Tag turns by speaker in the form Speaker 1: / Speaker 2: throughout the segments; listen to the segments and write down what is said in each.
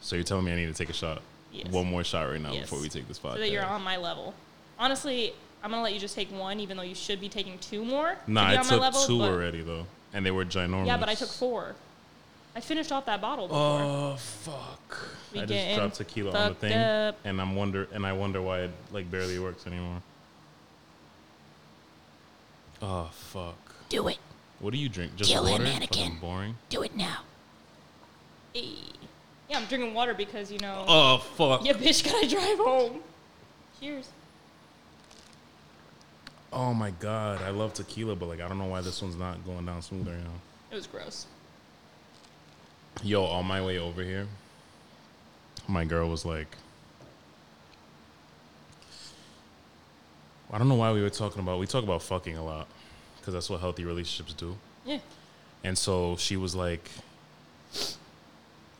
Speaker 1: So you're telling me I need to take a shot?
Speaker 2: Yes.
Speaker 1: One more shot right now
Speaker 2: Yes.
Speaker 1: before we take this podcast.
Speaker 2: so that you're on my level. Honestly, I'm gonna let you just take one, even though you should be taking two more.
Speaker 1: Nah,
Speaker 2: to be
Speaker 1: I
Speaker 2: on
Speaker 1: took
Speaker 2: my level,
Speaker 1: two
Speaker 2: but-
Speaker 1: already though, and they were ginormous.
Speaker 2: Yeah, but I took four. I finished off that bottle before.
Speaker 1: Oh fuck!
Speaker 2: We
Speaker 1: I just
Speaker 2: getting
Speaker 1: dropped tequila on the
Speaker 2: fucked
Speaker 1: thing,
Speaker 2: up.
Speaker 1: and I'm wonder and I wonder why it like barely works anymore. Oh fuck!
Speaker 3: Do it.
Speaker 1: What do you drink? Just
Speaker 3: Kill it,
Speaker 1: water?
Speaker 3: mannequin.
Speaker 1: Fucking boring.
Speaker 3: Do it now.
Speaker 2: Ayy. Yeah, I'm drinking water because you know.
Speaker 1: Oh fuck!
Speaker 2: Yeah, bitch, gotta drive home. Cheers.
Speaker 1: Oh my god! I love tequila, but like I don't know why this one's not going down smooth right now.
Speaker 2: It was gross.
Speaker 1: Yo, on my way over here, my girl was like, I don't know why we were talking about. We talk about fucking a lot because that's what healthy relationships do.
Speaker 2: Yeah.
Speaker 1: And so she was like,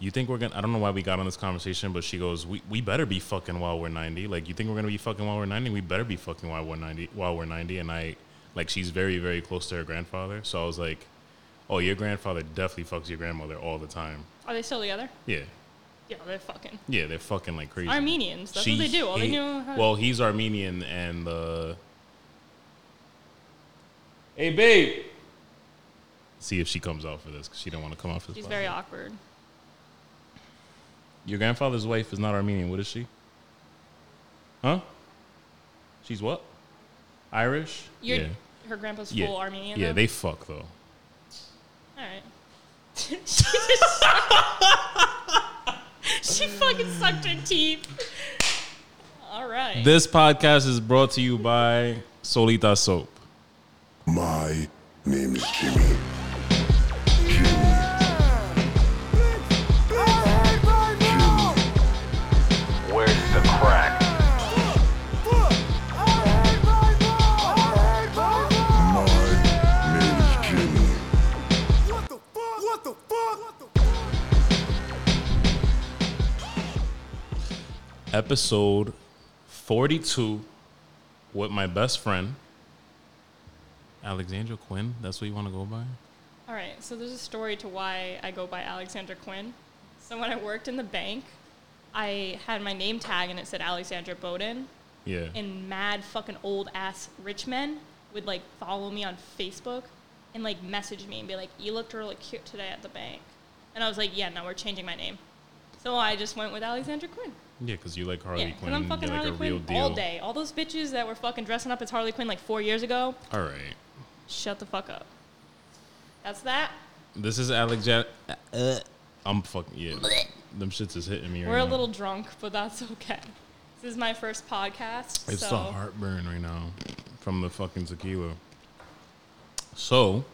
Speaker 1: You think we're gonna, I don't know why we got on this conversation, but she goes, We, we better be fucking while we're 90. Like, you think we're gonna be fucking while we're 90? We better be fucking while we're 90. While we're 90. And I, like, she's very, very close to her grandfather. So I was like, Oh, your grandfather definitely fucks your grandmother all the time.
Speaker 2: Are they still together?
Speaker 1: Yeah.
Speaker 2: Yeah, they're fucking
Speaker 1: Yeah, they're fucking like crazy.
Speaker 2: Armenians. That's what they
Speaker 1: She-
Speaker 2: do. All they
Speaker 1: he-
Speaker 2: know how.
Speaker 1: Well, he's Armenian and uh, the.
Speaker 4: Hey, babe.
Speaker 1: See if she comes out for this because she don't want to come out for this.
Speaker 2: she's
Speaker 1: podcast.
Speaker 2: very awkward.
Speaker 1: Your grandfather's wife is not Armenian. What is she? Huh? She's what? Irish?
Speaker 2: Your
Speaker 1: yeah.
Speaker 2: her grandpa's full
Speaker 1: Yeah.
Speaker 2: Armenian.
Speaker 1: yeah,
Speaker 2: though?
Speaker 1: they fuck though.
Speaker 2: All right. she just she fucking sucked her teeth. All right.
Speaker 1: This podcast is brought to you by Solita Soap.
Speaker 5: My name is Jimmy.
Speaker 6: Where's the crack?
Speaker 5: My name is Jimmy.
Speaker 1: Episode 42 with my best friend, Alexandra Quinn. That's what you want to go by?
Speaker 2: All right, so there's a story to why I go by Alexandra Quinn. So when I worked in the bank, I had my name tag and it said Alexandra Bowden,
Speaker 1: Yeah.
Speaker 2: and mad fucking old ass rich men would like follow me on Facebook and like message me and be like, "You looked really cute today at the bank," and I was like, "Yeah, no, we're changing my name." So I just went with Alexandra Quinn.
Speaker 1: yeah, because you like Harley
Speaker 2: Yeah,
Speaker 1: Quinn.
Speaker 2: and I'm fucking
Speaker 1: You're like
Speaker 2: Harley
Speaker 1: a real
Speaker 2: Quinn
Speaker 1: deal.
Speaker 2: all day. All those bitches that were fucking dressing up as Harley Quinn like four years ago,
Speaker 1: All right.
Speaker 2: shut the fuck up. That's that.
Speaker 1: This is Alex. Ja- uh, I'm fucking yeah. Them shits is hitting me.
Speaker 2: We're
Speaker 1: right
Speaker 2: a
Speaker 1: now.
Speaker 2: little drunk, but that's okay. This is my first podcast.
Speaker 1: It's
Speaker 2: so
Speaker 1: the heartburn right now from the fucking tequila. So,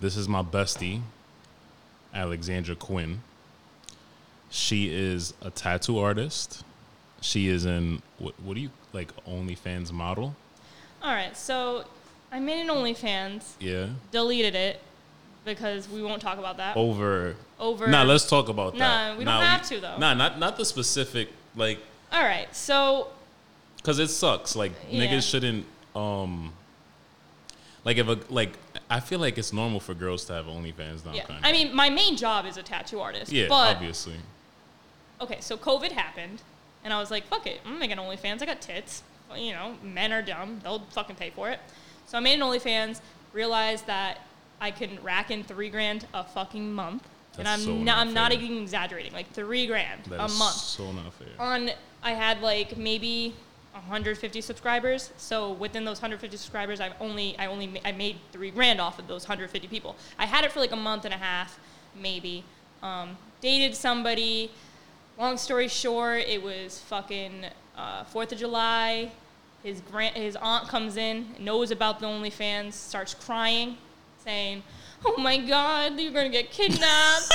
Speaker 1: this is my bestie, Alexandra Quinn. She is a tattoo artist. She is in what? What do you like? OnlyFans model?
Speaker 2: All right, so I made an OnlyFans,
Speaker 1: Yeah.
Speaker 2: deleted it because we won't talk about
Speaker 1: Oh.
Speaker 2: that.
Speaker 1: Over.
Speaker 2: Over.
Speaker 1: Nah, let's talk about that.
Speaker 2: Nah, we don't have to, though.
Speaker 1: Nah, not not the specific like
Speaker 2: All right, so
Speaker 1: Cause it sucks. Like
Speaker 2: Yeah.
Speaker 1: niggas shouldn't. um Like if a like, I feel like it's normal for girls to have OnlyFans now.
Speaker 2: yeah,
Speaker 1: kind of.
Speaker 2: I mean, my main job is a tattoo artist.
Speaker 1: yeah,
Speaker 2: but
Speaker 1: obviously.
Speaker 2: okay, so COVID happened, and I was like, fuck it, I'm making OnlyFans. I got tits. Well, you know, men are dumb. They'll fucking pay for it. So I made an OnlyFans, realized that I can rack in three grand a fucking month. and I'm
Speaker 1: That's so
Speaker 2: not,
Speaker 1: not
Speaker 2: I'm not
Speaker 1: fair.
Speaker 2: even exaggerating, like three grand
Speaker 1: That
Speaker 2: a
Speaker 1: is
Speaker 2: month.
Speaker 1: so not fair.
Speaker 2: On I had like maybe 150 subscribers. So within those 150 subscribers, I've only I only ma- I made three grand off of those 150 people. I had it for like a month and a half, maybe. Um, dated somebody. Long story short, it was fucking uh, Fourth of July. His grand, his aunt comes in, knows about the OnlyFans, starts crying, saying, "Oh my God, you're gonna get kidnapped.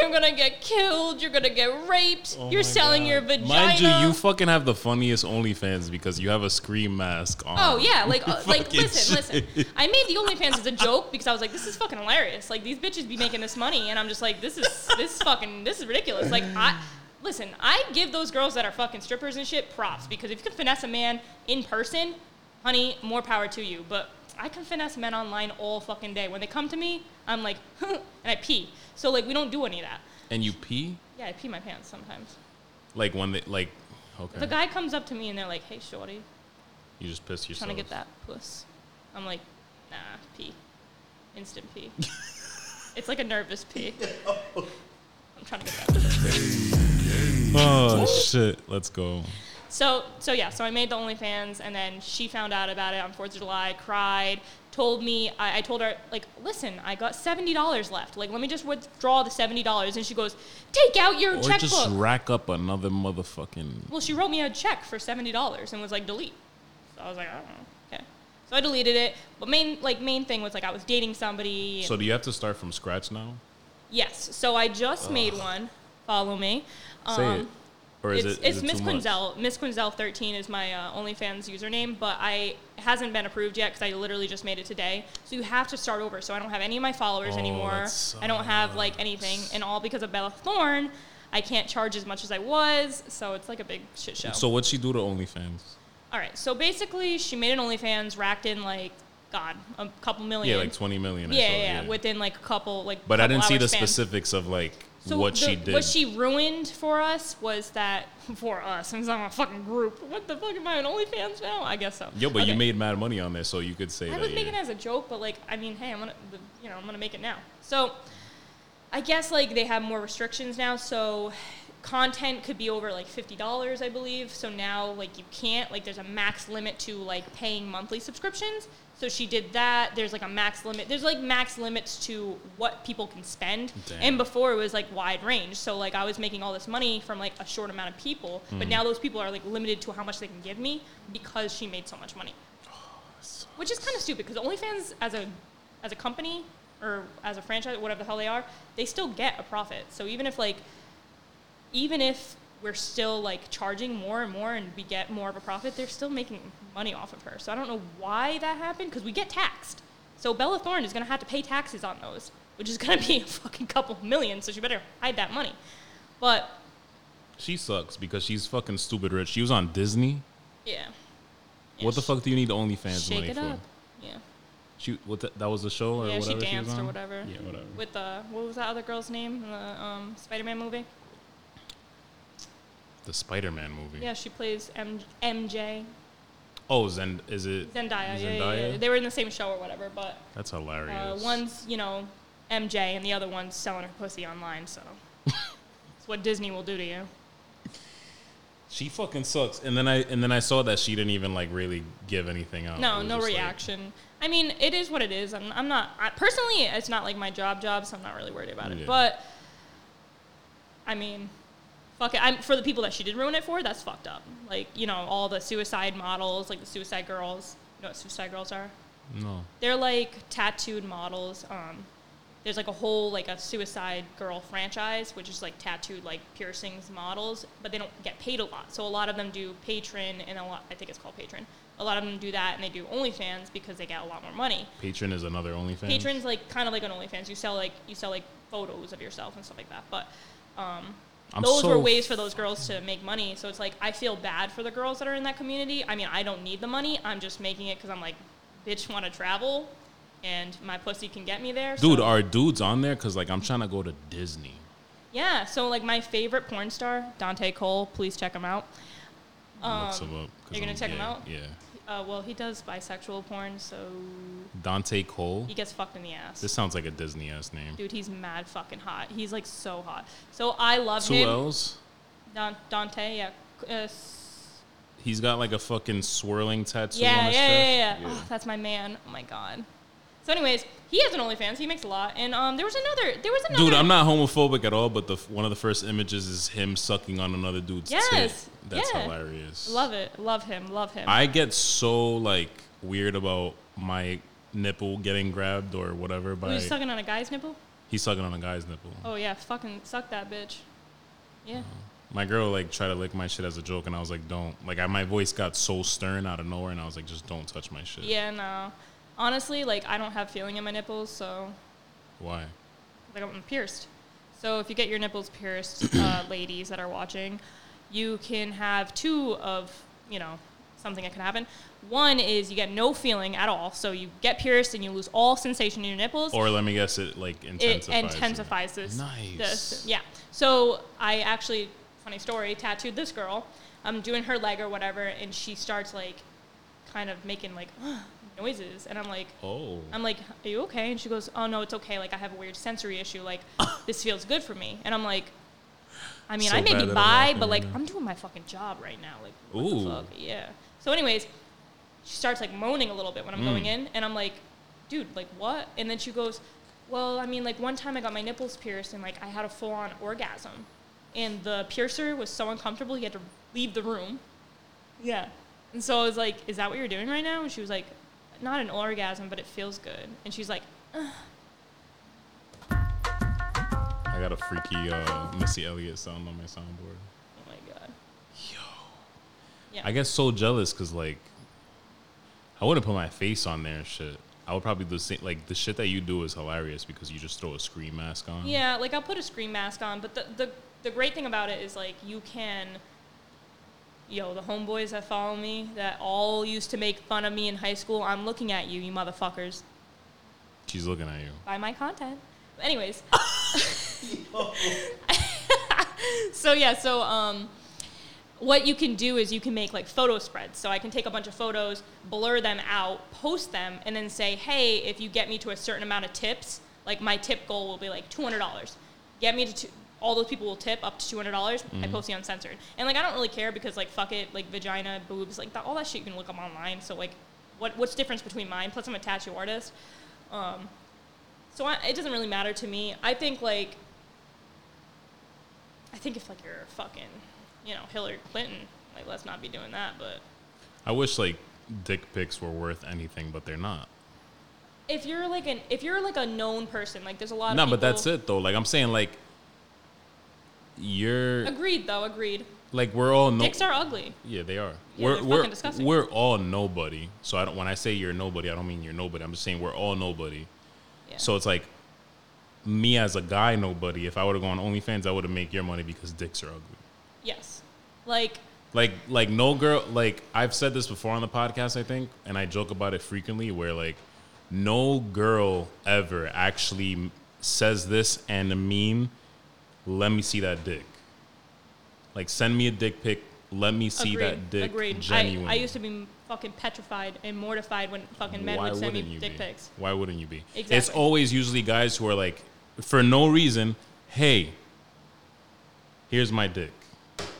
Speaker 2: you're gonna get killed. You're gonna get raped.
Speaker 1: Oh
Speaker 2: you're
Speaker 1: my
Speaker 2: selling
Speaker 1: God.
Speaker 2: your vagina."
Speaker 1: Mind you, you fucking have the funniest OnlyFans because you have a scream mask on.
Speaker 2: Oh yeah, like uh, like
Speaker 1: Fucking
Speaker 2: listen,
Speaker 1: shit.
Speaker 2: listen. I made the OnlyFans as a joke because I was like, this is fucking hilarious. Like these bitches be making this money, and I'm just like, this is this fucking this is ridiculous. Like I listen, I give those girls that are fucking strippers and shit props because if you can finesse a man in person, honey, more power to you. But I can finesse men online all fucking day. When they come to me, I'm like, and I pee. So like we don't do any of that.
Speaker 1: And you pee?
Speaker 2: Yeah, I pee my pants sometimes.
Speaker 1: Like when they like, okay,
Speaker 2: If a guy comes up to me and they're like, "Hey, shorty,
Speaker 1: you just pissed yourself.
Speaker 2: trying to get that puss," I'm like, "Nah, pee, instant pee." it's like a nervous pee. I'm trying to get that. puss.
Speaker 1: Oh shit! Let's go.
Speaker 2: So, so yeah, so I made the OnlyFans, and then she found out about it on Fourth of July, cried, told me. I, I told her like, listen, I got seventy dollars left. Like, let me just withdraw the seventy dollars, and she goes, take out your
Speaker 1: Or
Speaker 2: checkbook.
Speaker 1: just rack up another motherfucking.
Speaker 2: Well, she wrote me a check for seventy dollars and was like, delete. So I was like, I don't know. Okay. So I deleted it. But main like main thing was like I was dating somebody. and-
Speaker 1: So do you have to start from scratch now?
Speaker 2: yes. So I just made one. Follow me.
Speaker 1: Say it, or is
Speaker 2: Um, it's
Speaker 1: it? Is
Speaker 2: it's
Speaker 1: it
Speaker 2: Miss
Speaker 1: too much?
Speaker 2: Quinzel. Miss Quinzel thirteen is my uh, OnlyFans username, but I it hasn't been approved yet because I literally just made it today. So you have to start over. So I don't have any of my followers
Speaker 1: Oh,
Speaker 2: anymore.
Speaker 1: that
Speaker 2: I don't have like anything, and all because of Bella Thorne. I can't charge as much as I was, so it's like a big shit show.
Speaker 1: So what'd she do to OnlyFans?
Speaker 2: All right. So basically, she made an OnlyFans, racked in like God, a couple million.
Speaker 1: Yeah, like twenty million. I
Speaker 2: Yeah,
Speaker 1: saw,
Speaker 2: yeah, yeah, within like a couple like.
Speaker 1: But I
Speaker 2: couple
Speaker 1: didn't see
Speaker 2: hour
Speaker 1: the
Speaker 2: span.
Speaker 1: specifics of like
Speaker 2: So
Speaker 1: what
Speaker 2: the-
Speaker 1: she did.
Speaker 2: What she ruined for us was that for us, since I'm a fucking group. What the fuck am I on OnlyFans now? I guess so.
Speaker 1: Yo, but you
Speaker 2: Okay.
Speaker 1: made mad money on there, so you could say
Speaker 2: I
Speaker 1: that.
Speaker 2: was
Speaker 1: yeah.
Speaker 2: making it as a joke, but like, I mean, hey, I'm gonna, the- you know, I'm gonna make it now. So, I guess like they have more restrictions now, so content could be over like fifty dollars, I believe. So now like you can't like there's a max limit to like paying monthly subscriptions. So she did that. There's like a max limit. There's like max limits to what people can spend.
Speaker 1: Damn.
Speaker 2: And before it was like wide range. So like I was making all this money from like a short amount of people,
Speaker 1: Mm-hmm.
Speaker 2: but now those people are like limited to how much they can give me because she made so much money which is kind of stupid because OnlyFans as a as a company or as a franchise, whatever the hell they are, they still get a profit. So even if like even if we're still like charging more and more and we get more of a profit, they're still making money off of her. So I don't know why that happened because we get taxed. So Bella Thorne is going to have to pay taxes on those, which is going to be a fucking couple million. So she better hide that money. But
Speaker 1: She sucks because she's fucking stupid rich. She was on Disney.
Speaker 2: yeah,
Speaker 1: What the fuck do you need OnlyFans
Speaker 2: shake
Speaker 1: money
Speaker 2: it
Speaker 1: for?
Speaker 2: up. Yeah.
Speaker 1: She what the, that was a show or
Speaker 2: yeah,
Speaker 1: whatever
Speaker 2: she danced
Speaker 1: was
Speaker 2: or
Speaker 1: on?
Speaker 2: whatever.
Speaker 1: Yeah, whatever.
Speaker 2: With the what was that other girl's name in the um, Spider-Man movie?
Speaker 1: The Spider-Man movie.
Speaker 2: Yeah, she plays M- MJ
Speaker 1: Oh, Zend is it
Speaker 2: Zendaya. Yeah, yeah,
Speaker 1: Zendaya?
Speaker 2: yeah, they were in the same show or whatever. But
Speaker 1: That's
Speaker 2: uh,
Speaker 1: hilarious.
Speaker 2: one's you know MJ and the other one's selling her pussy online. So it's what Disney will do to you.
Speaker 1: She fucking sucks. And then I and then I saw that she didn't even like really give anything out. Oh, It
Speaker 2: No,
Speaker 1: was
Speaker 2: no
Speaker 1: just like-
Speaker 2: reaction. I mean, it is what it is. I'm, I'm not I, personally. It's not like my job, job, so I'm not really worried about it.
Speaker 1: Yeah.
Speaker 2: But I mean, fuck it. I'm for the people that she did ruin it for. That's fucked up. Like you know, all the suicide models, like the suicide girls. You know what suicide girls are?
Speaker 1: no.
Speaker 2: They're like tattooed models. Um, there's like a whole like a suicide girl franchise, which is like tattooed like piercings models, but they don't get paid a lot. So a lot of them do patron and a lot. I think it's called patron. A lot of them do that and they do OnlyFans because they get a lot more money.
Speaker 1: Patron is another OnlyFans.
Speaker 2: Patrons like kind of like on OnlyFans. You sell like you sell like photos of yourself and stuff like that. But um,
Speaker 1: I'm
Speaker 2: those
Speaker 1: so
Speaker 2: were ways for those girls to make money. So it's like I feel bad for the girls that are in that community. I mean, I don't need the money. I'm just making it because I'm like, bitch, want to travel, and my pussy can get me there.
Speaker 1: Dude,
Speaker 2: so-
Speaker 1: are dudes on there? Cause like I'm trying to go to Disney.
Speaker 2: yeah. So like my favorite porn star, Dante Cole. Please check him out.
Speaker 1: Look some up, 'cause
Speaker 2: Um, you're gonna
Speaker 1: I'm
Speaker 2: check 'em
Speaker 1: gay.
Speaker 2: out?
Speaker 1: Yeah.
Speaker 2: Uh, well, he does bisexual porn, so
Speaker 1: Dante Cole.
Speaker 2: he gets fucked in the ass.
Speaker 1: This sounds like a Disney ass name.
Speaker 2: Dude, he's mad fucking hot. He's like so hot. So I love
Speaker 1: Two
Speaker 2: him.
Speaker 1: L's.
Speaker 2: Dan- Dante, yeah. Uh, s-
Speaker 1: He's got like a fucking swirling tattoo on
Speaker 2: yeah, yeah,
Speaker 1: his
Speaker 2: yeah,
Speaker 1: chest.
Speaker 2: yeah, yeah. Oh, that's my man. Oh my god. So, anyways, he has an OnlyFans. He makes a lot. And um, there was another. There was another.
Speaker 1: Dude, I'm not homophobic at all, but the one of the first images is him sucking on another dude's
Speaker 2: Yes,
Speaker 1: tit. That's
Speaker 2: yeah.
Speaker 1: hilarious.
Speaker 2: Love it. Love him. Love him.
Speaker 1: I get so like weird about my nipple getting grabbed or whatever by
Speaker 2: Were you sucking on a guy's nipple?
Speaker 1: he's sucking on a guy's nipple.
Speaker 2: Oh yeah, fucking suck that bitch.
Speaker 1: Mm.
Speaker 2: Yeah.
Speaker 1: My girl like tried to lick my shit as a joke, and I was like, "Don't!" Like I, my voice got so stern out of nowhere, and I was like, "Just don't touch my shit."
Speaker 2: Yeah. No. Honestly, like I don't have feeling in my nipples, so
Speaker 1: Why?
Speaker 2: like I'm pierced. So if you get your nipples pierced, uh, ladies that are watching, you can have two of you know something that could happen. One is you get no feeling at all, so you get pierced and you lose all sensation in your nipples.
Speaker 1: Or let me guess, it like intensifies.
Speaker 2: it
Speaker 1: it.
Speaker 2: intensifies this.
Speaker 1: Nice.
Speaker 2: this- yeah. So I actually, funny story, tattooed this girl. I'm doing her leg or whatever, and she starts like, kind of making like noises, and I'm like,
Speaker 1: Oh.
Speaker 2: I'm like, are you okay? And she goes, oh no, it's okay. Like I have a weird sensory issue. Like this feels good for me. And I'm like, I mean,
Speaker 1: So
Speaker 2: I may
Speaker 1: bad
Speaker 2: be
Speaker 1: that I'm
Speaker 2: bi,
Speaker 1: laughing
Speaker 2: but like
Speaker 1: right now.
Speaker 2: I'm doing my fucking job right now. Like what the
Speaker 1: Ooh.
Speaker 2: fuck? Yeah. So, anyways, she starts like moaning a little bit when I'm going in, and I'm like, dude, like what? And then she goes, well, I mean, like one time I got my nipples pierced, and like I had a full on orgasm, and the piercer was so uncomfortable he had to leave the room. Yeah. And so I was like, is that what you're doing right now? And she was like, not an orgasm, but it feels good. And she's like,
Speaker 1: I got a freaky uh, Missy Elliott sound on my soundboard.
Speaker 2: oh my god.
Speaker 1: I get so jealous because like, I wouldn't put my face on there and shit. I would probably do the same. Like the shit that you do is hilarious because you just throw a screen mask on.
Speaker 2: Yeah, like I'll put a screen mask on, but the, the, the great thing about it is like you can, yo, the homeboys that follow me that all used to make fun of me in high school, I'm looking at you, you motherfuckers.
Speaker 1: She's looking at you.
Speaker 2: Buy my content. Anyways. so yeah, so um, what you can do is you can make like photo spreads. So I can take a bunch of photos, blur them out, post them, and then say, hey, if you get me to a certain amount of tips, like my tip goal will be like two hundred dollars. Get me to two, all those people will tip up to two hundred dollars. I post the uncensored, and like I don't really care because like fuck it, like vagina, boobs, like that, all that shit you can look up online. So like, what what's the difference between mine? Plus I'm a tattoo artist. Um, so I, it doesn't really matter to me. I think like, I think if like you're fucking, you know, Hillary Clinton, like let's not be doing that. But
Speaker 1: I wish like dick pics were worth anything, but they're not.
Speaker 2: if you're like an if you're like a known person, like there's a lot.
Speaker 1: No,
Speaker 2: of
Speaker 1: but that's
Speaker 2: people-
Speaker 1: it though. Like I'm saying, like you're
Speaker 2: Agreed, though. Agreed.
Speaker 1: like we're all no.
Speaker 2: Dicks are ugly.
Speaker 1: yeah, they are.
Speaker 2: Yeah,
Speaker 1: we're
Speaker 2: they're
Speaker 1: we're
Speaker 2: fucking disgusting.
Speaker 1: we're all nobody. So I don't. When I say you're nobody, I don't mean you're nobody. I'm just saying we're all nobody.
Speaker 2: Yeah.
Speaker 1: So it's like me as a guy, nobody. If I would have gone OnlyFans, I would have make your money because dicks are ugly.
Speaker 2: yes, like
Speaker 1: Like like no girl. Like I've said this before on the podcast, I think, and I joke about it frequently. Where like no girl ever actually m- says this and a meme. Let me see that dick. Like send me a dick pic. Let me see
Speaker 2: agreed.
Speaker 1: that dick.
Speaker 2: agreed.
Speaker 1: Genuine.
Speaker 2: I, I used to be fucking petrified and mortified when fucking men would send me dick
Speaker 1: be?
Speaker 2: pics.
Speaker 1: Why wouldn't you be? It's
Speaker 2: Exactly.
Speaker 1: always usually guys who are like, for no reason, hey, here's my dick.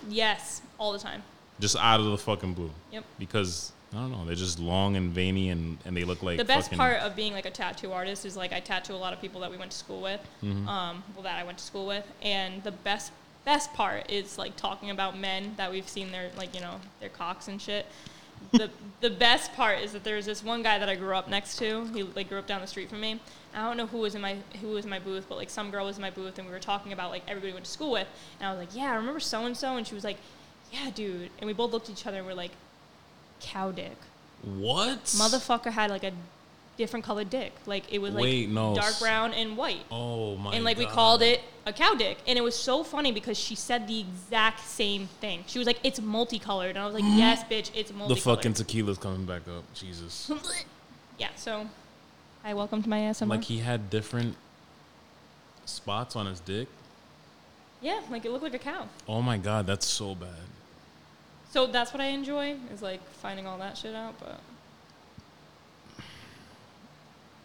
Speaker 2: Yes, all the time.
Speaker 1: Just out of the fucking blue.
Speaker 2: Yep.
Speaker 1: Because, I don't know, they're just long and veiny and, and they look like
Speaker 2: the best
Speaker 1: fucking-
Speaker 2: part of being like a tattoo artist is like I tattoo a lot of people that we went to school with,
Speaker 1: Mm-hmm.
Speaker 2: um, well that I went to school with, and the best best part is like talking about men that we've seen their like you know their cocks and shit. the the best part is that there's this one guy that I grew up next to. He like grew up down the street from me. I don't know who was in my who was in my booth, but like some girl was in my booth, and we were talking about like everybody we went to school with, and I was like, yeah, I remember so and so, and she was like, yeah, dude, and we both looked at each other and we're like, cow dick
Speaker 1: What?
Speaker 2: motherfucker had like a different colored dick. Like it was like
Speaker 1: Wait, no.
Speaker 2: dark brown and white.
Speaker 1: Oh my
Speaker 2: and like we
Speaker 1: God.
Speaker 2: called it a cow dick. And it was so funny because she said the exact same thing. She was like, It's multicolored. And I was like, Yes, bitch,
Speaker 1: Mm-hmm.
Speaker 2: it's
Speaker 1: The
Speaker 2: multicolored.
Speaker 1: fucking tequila's coming back up. Jesus.
Speaker 2: Yeah, so I welcomed my ass
Speaker 1: like he had different spots on his dick.
Speaker 2: Yeah, like it looked like a cow.
Speaker 1: Oh my God, that's so bad.
Speaker 2: So that's what I enjoy is like finding all that shit out, but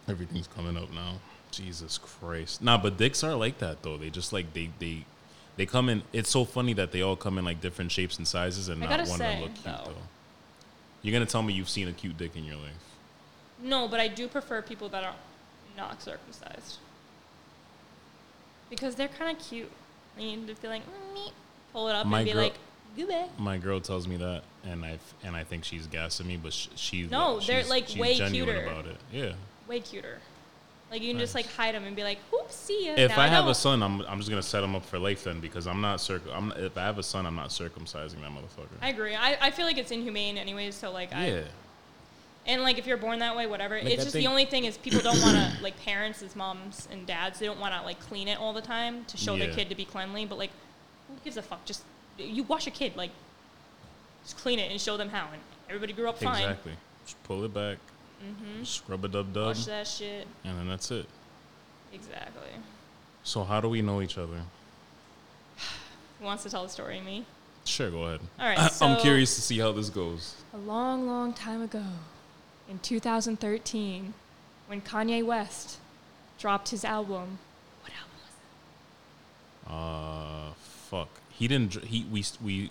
Speaker 1: Everything's coming up now. Jesus Christ. Nah, but dicks are like that though. They just like they they they come in. It's so funny that they all come in like different shapes and sizes, and
Speaker 2: I
Speaker 1: not
Speaker 2: gotta
Speaker 1: one of them
Speaker 2: say,
Speaker 1: look cute
Speaker 2: though-
Speaker 1: though. You're gonna tell me you've seen a cute dick in your life?
Speaker 2: No, but I do prefer people that are not circumcised. Because they're kind of cute. I mean, to feel like, mm, meep, pull it up
Speaker 1: My
Speaker 2: and be
Speaker 1: girl-
Speaker 2: like, goodbye.
Speaker 1: My girl tells me that, and I f- and I think she's gassing me, but sh- she's
Speaker 2: No, they're,
Speaker 1: she's-
Speaker 2: like,
Speaker 1: she's
Speaker 2: way
Speaker 1: genuine
Speaker 2: cuter.
Speaker 1: about it. Yeah.
Speaker 2: Way cuter. Like, you can just
Speaker 1: Nice.
Speaker 2: like hide them and be like, oops, see ya.
Speaker 1: If
Speaker 2: Now
Speaker 1: I have
Speaker 2: know.
Speaker 1: a son, I'm I'm just gonna set him up for life then because I'm not circ. I'm if I have a son, I'm not circumcising that motherfucker.
Speaker 2: I agree. I, I feel like it's inhumane anyways, so like, I, and like if you're born that way, whatever.
Speaker 1: I
Speaker 2: it's just
Speaker 1: think-
Speaker 2: the only thing is people don't want to, like parents as moms and dads, they don't want to like clean it all the time to show their
Speaker 1: Yeah.
Speaker 2: kid to be cleanly, but like, who gives a fuck? Just, you wash a kid, like, just clean it and show them how and Everybody grew up fine. Mm-hmm.
Speaker 1: Exactly. Just pull it back, scrub a dub dub,
Speaker 2: Watch that shit.
Speaker 1: and then that's it.
Speaker 2: Exactly.
Speaker 1: So how do we know each other?
Speaker 2: Who wants to tell the story? Me.
Speaker 1: Sure, go ahead.
Speaker 2: All right,
Speaker 1: I'm
Speaker 2: so-
Speaker 1: curious to see how this goes.
Speaker 2: A long, long time ago, in 2013, when Kanye West dropped his album. What album was it?
Speaker 1: Uh, fuck. He didn't. dr- He we we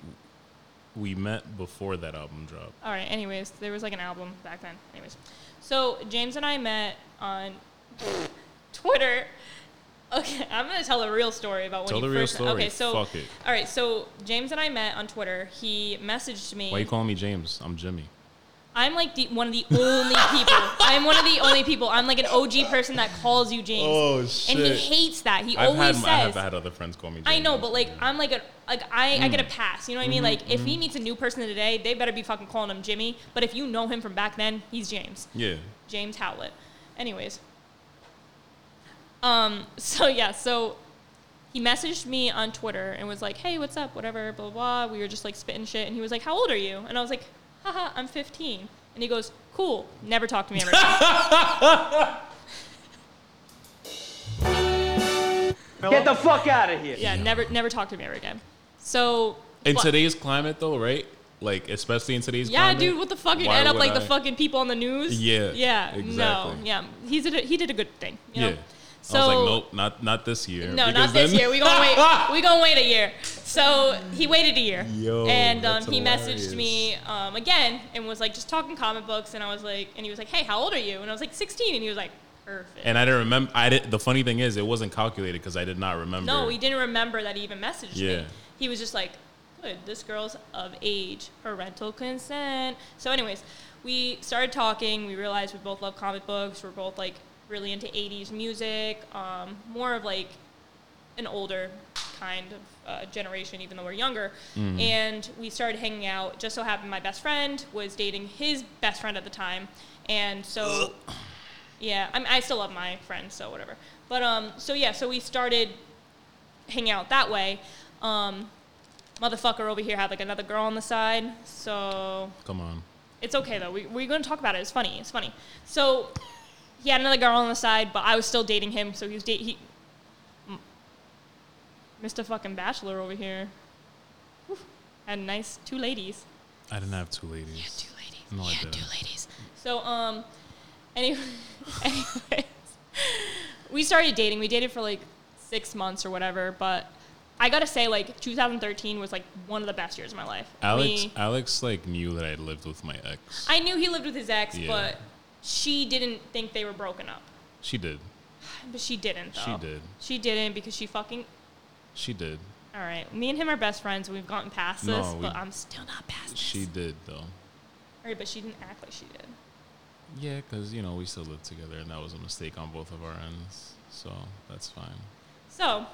Speaker 1: we met before that album dropped.
Speaker 2: All right. Anyways, there was like an album back then. Anyways, so James and I met on Twitter. Okay, I'm gonna tell the real story about when
Speaker 1: Tell
Speaker 2: you
Speaker 1: the real
Speaker 2: first.
Speaker 1: story.
Speaker 2: Okay, so
Speaker 1: Fuck it.
Speaker 2: all right, so James and I met on Twitter. He messaged me.
Speaker 1: Why you calling me James? I'm Jimmy.
Speaker 2: I'm like the one of the only people. I'm one of the only people. I'm like an OG person that calls you James.
Speaker 1: Oh,
Speaker 2: And he
Speaker 1: shit.
Speaker 2: hates that. He
Speaker 1: I've had
Speaker 2: always
Speaker 1: I have
Speaker 2: says.
Speaker 1: had other friends call me. James.
Speaker 2: I know, but like I'm like a like I, I get a pass. You know what I mean? Like if he meets a new person today, they better be fucking calling him Jimmy. But if you know him from back then, he's James.
Speaker 1: yeah.
Speaker 2: James Howlett. Anyways. Um, so yeah, so he messaged me on Twitter and was like, Hey, what's up? Whatever, blah blah. blah. We were just like spitting shit and he was like, How old are you? And I was like, haha, I'm fifteen. And he goes, Cool, never talk to me ever again.
Speaker 3: Get the fuck out of here.
Speaker 2: Yeah, never never talk to me ever again. So
Speaker 1: In
Speaker 2: but-
Speaker 1: today's climate, though, right? Like, especially in today's
Speaker 2: Yeah,
Speaker 1: climate.
Speaker 2: dude, what the fuck? You
Speaker 1: why
Speaker 2: end up
Speaker 1: would
Speaker 2: like the
Speaker 1: I-
Speaker 2: fucking people on the news.
Speaker 1: Yeah,
Speaker 2: Yeah. No.
Speaker 1: exactly.
Speaker 2: Yeah. He did. A, he did a good thing. You
Speaker 1: Yeah.
Speaker 2: Know? So
Speaker 1: I was like, nope, not not this year.
Speaker 2: No,
Speaker 1: because
Speaker 2: not this
Speaker 1: then-
Speaker 2: year. We gonna wait. we gonna wait a year. So he waited a year,
Speaker 1: Yo,
Speaker 2: and um,
Speaker 1: that's
Speaker 2: he
Speaker 1: hilarious.
Speaker 2: messaged me um, again and was like, just talking comic books, and I was like, and he was like, hey, how old are you? And I was like, 16, and he was like, perfect.
Speaker 1: And I didn't remember. I did. The funny thing is, it wasn't calculated because I did not remember.
Speaker 2: no, he didn't remember that he even messaged
Speaker 1: Yeah.
Speaker 2: me. He was just like, good, this girl's of age, parental consent. So, anyways, we started talking. We realized we both love comic books. We're both like really into 80s music, um, more of like an older kind of uh, generation, even though we're younger. And we started hanging out. Just so happened, my best friend was dating his best friend at the time. And so. Yeah, I, mean, I still love my friends, so whatever. But um, so yeah, so we started hanging out that way. Um, motherfucker over here had like another girl on the side, so
Speaker 1: Come on.
Speaker 2: it's okay though. We, we're going to talk about it. It's funny. It's funny. So he had another girl on the side, but I was still dating him, so he was date he. M- Mr. Fucking Bachelor over here. Whew. Had a nice two ladies.
Speaker 1: I didn't have two ladies.
Speaker 2: Two ladies.
Speaker 1: No, I
Speaker 2: yeah,
Speaker 1: didn't.
Speaker 2: two ladies. So, um, any, anyways, we started dating. We dated for like six months or whatever, but I gotta say, like, 2013 was like one of the best years of my life.
Speaker 1: Alex,
Speaker 2: We-
Speaker 1: Alex, like knew that I lived with my ex.
Speaker 2: I knew he lived with his ex,
Speaker 1: Yeah.
Speaker 2: but she didn't think they were broken up.
Speaker 1: she did.
Speaker 2: But she didn't, though.
Speaker 1: She did.
Speaker 2: She didn't because she fucking.
Speaker 1: She did.
Speaker 2: All right, me and him are best friends. We've gotten past this,
Speaker 1: No, we-
Speaker 2: but I'm still not past this.
Speaker 1: She did though.
Speaker 2: All right, but she didn't act like she did.
Speaker 1: Yeah, because you know we still live together, and that was a mistake on both of our ends. So that's fine.
Speaker 2: So,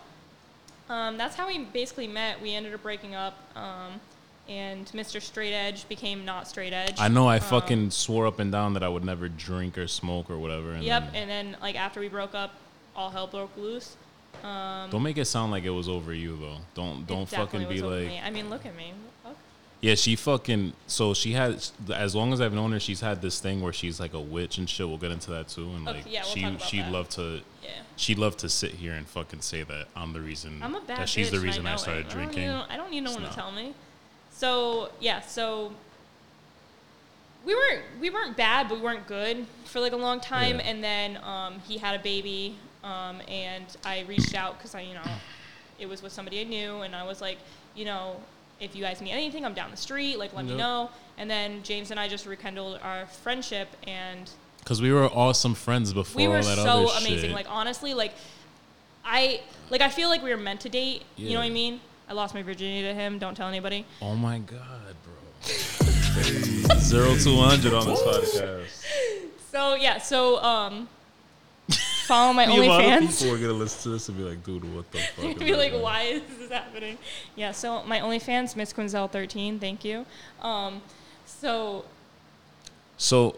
Speaker 2: um, that's how we basically met. We ended up breaking up, um, and Mr. Straight Edge became not Straight Edge.
Speaker 1: I know I fucking swore up and down that I would never drink or smoke or whatever. And
Speaker 2: Yep.
Speaker 1: then-
Speaker 2: And then, like after we broke up, all hell broke loose. Um,
Speaker 1: don't make it sound like it was over you though. Don't
Speaker 2: it
Speaker 1: don't
Speaker 2: definitely
Speaker 1: fucking be
Speaker 2: was over
Speaker 1: like.
Speaker 2: me. I mean, look at me. What the fuck?
Speaker 1: Yeah, she fucking. So she had. As long as I've known her, she's had this thing where she's like a witch and shit. We'll get into that too. And
Speaker 2: Okay,
Speaker 1: like,
Speaker 2: yeah, we'll
Speaker 1: she
Speaker 2: talk about
Speaker 1: she
Speaker 2: that.
Speaker 1: loved to.
Speaker 2: Yeah.
Speaker 1: She loved to sit here and fucking say that I'm the reason.
Speaker 2: I'm a bad.
Speaker 1: That she's
Speaker 2: bitch
Speaker 1: the
Speaker 2: and
Speaker 1: reason I,
Speaker 2: know it.
Speaker 1: started
Speaker 2: don't need
Speaker 1: drinking.
Speaker 2: no- I don't need no
Speaker 1: It's
Speaker 2: one
Speaker 1: not.
Speaker 2: to tell me. So yeah. So we weren't we weren't bad, but we weren't good for like a long time.
Speaker 1: Yeah.
Speaker 2: And then um, he had a baby, um, and I reached out because I you know it was with somebody I knew, and I was like, you know, if you guys need anything, I'm down the street. Like, let me
Speaker 1: Yep.
Speaker 2: know. And then James and I just rekindled our friendship and
Speaker 1: Because we were awesome friends before
Speaker 2: we were
Speaker 1: all that
Speaker 2: so
Speaker 1: other
Speaker 2: amazing.
Speaker 1: shit.
Speaker 2: Like honestly, like I like I feel like we were meant to date. You know what I
Speaker 1: Yeah.
Speaker 2: mean? I lost my virginity to him. Don't tell anybody.
Speaker 1: oh my god, bro. Zero two hundred on this podcast.
Speaker 2: So yeah, so um, follow my
Speaker 1: a lot of
Speaker 2: OnlyFans.
Speaker 1: people are gonna listen to this and be like, dude, what the fuck? is
Speaker 2: Be like,
Speaker 1: going on?
Speaker 2: why is this happening? Yeah, so my OnlyFans, Miss Quinzel thirteen. Thank you. Um, so
Speaker 1: So,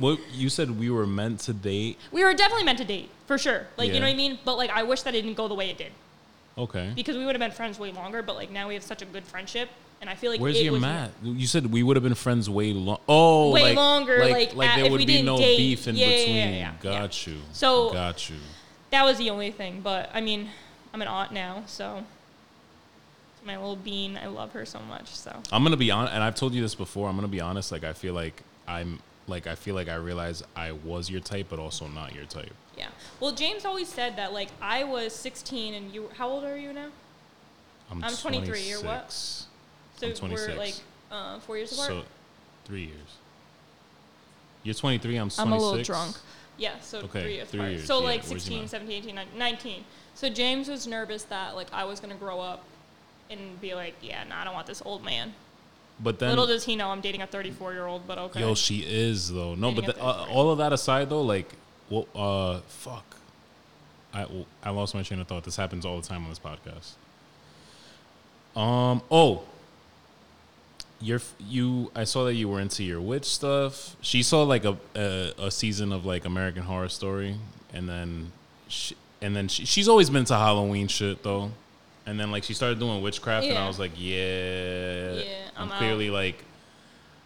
Speaker 1: what you said we were meant to date.
Speaker 2: we were definitely meant to date for sure. Like you
Speaker 1: Yeah.
Speaker 2: know what I mean? But like I wish that it didn't go the way it did.
Speaker 1: Okay.
Speaker 2: because we would have been friends way longer. But like now we have such a good friendship, and I feel like
Speaker 1: Where's
Speaker 2: it
Speaker 1: your
Speaker 2: was-
Speaker 1: mat? You said we would have been friends way long. Oh,
Speaker 2: Way
Speaker 1: like,
Speaker 2: longer,
Speaker 1: Like,
Speaker 2: like,
Speaker 1: like
Speaker 2: at-
Speaker 1: there
Speaker 2: if
Speaker 1: would
Speaker 2: we
Speaker 1: be
Speaker 2: didn't
Speaker 1: no
Speaker 2: date.
Speaker 1: beef in
Speaker 2: Yeah, yeah, yeah,
Speaker 1: between.
Speaker 2: yeah, yeah.
Speaker 1: Got you.
Speaker 2: So-
Speaker 1: got you.
Speaker 2: That was the only thing. But I mean, I'm an aunt now, so my little bean, I love her so much. So
Speaker 1: I'm gonna be honest, and I've told you this before. I'm gonna be honest. Like I feel like I'm like I feel like I realize I was your type, but also not your type.
Speaker 2: yeah. Well, James always said that like I was 16 and you. How old are you now? I'm 23, you're what?
Speaker 1: 26.
Speaker 2: So
Speaker 1: I'm 26.
Speaker 2: we're like uh, four years apart.
Speaker 1: So, three years. You're 23. I'm 26.
Speaker 2: I'm a little drunk. Yeah, so
Speaker 1: Okay,
Speaker 2: three years
Speaker 1: three
Speaker 2: apart.
Speaker 1: years,
Speaker 2: So
Speaker 1: yeah,
Speaker 2: like
Speaker 1: where's your
Speaker 2: 16,
Speaker 1: mouth?
Speaker 2: 17, 18, 19. So James was nervous that like I was gonna grow up and be like, yeah, no, I don't want this old man.
Speaker 1: But then,
Speaker 2: Little does he know I'm dating a 34 year old, but okay.
Speaker 1: yo, she is though. No, but
Speaker 2: Dating
Speaker 1: the,
Speaker 2: a
Speaker 1: uh,
Speaker 2: third-party.
Speaker 1: all of that aside though, like, well, uh, fuck. I I lost my train of thought. This happens all the time on this podcast. Um. Oh. Your f- you. I saw that you were into your witch stuff. She saw like a a, a season of like American Horror Story, and then she, and then she, she's always been to Halloween shit though. And then like she started doing witchcraft, and I
Speaker 2: Yeah.
Speaker 1: was like, yeah,
Speaker 2: Yeah,
Speaker 1: I'm,
Speaker 2: I'm out.
Speaker 1: clearly like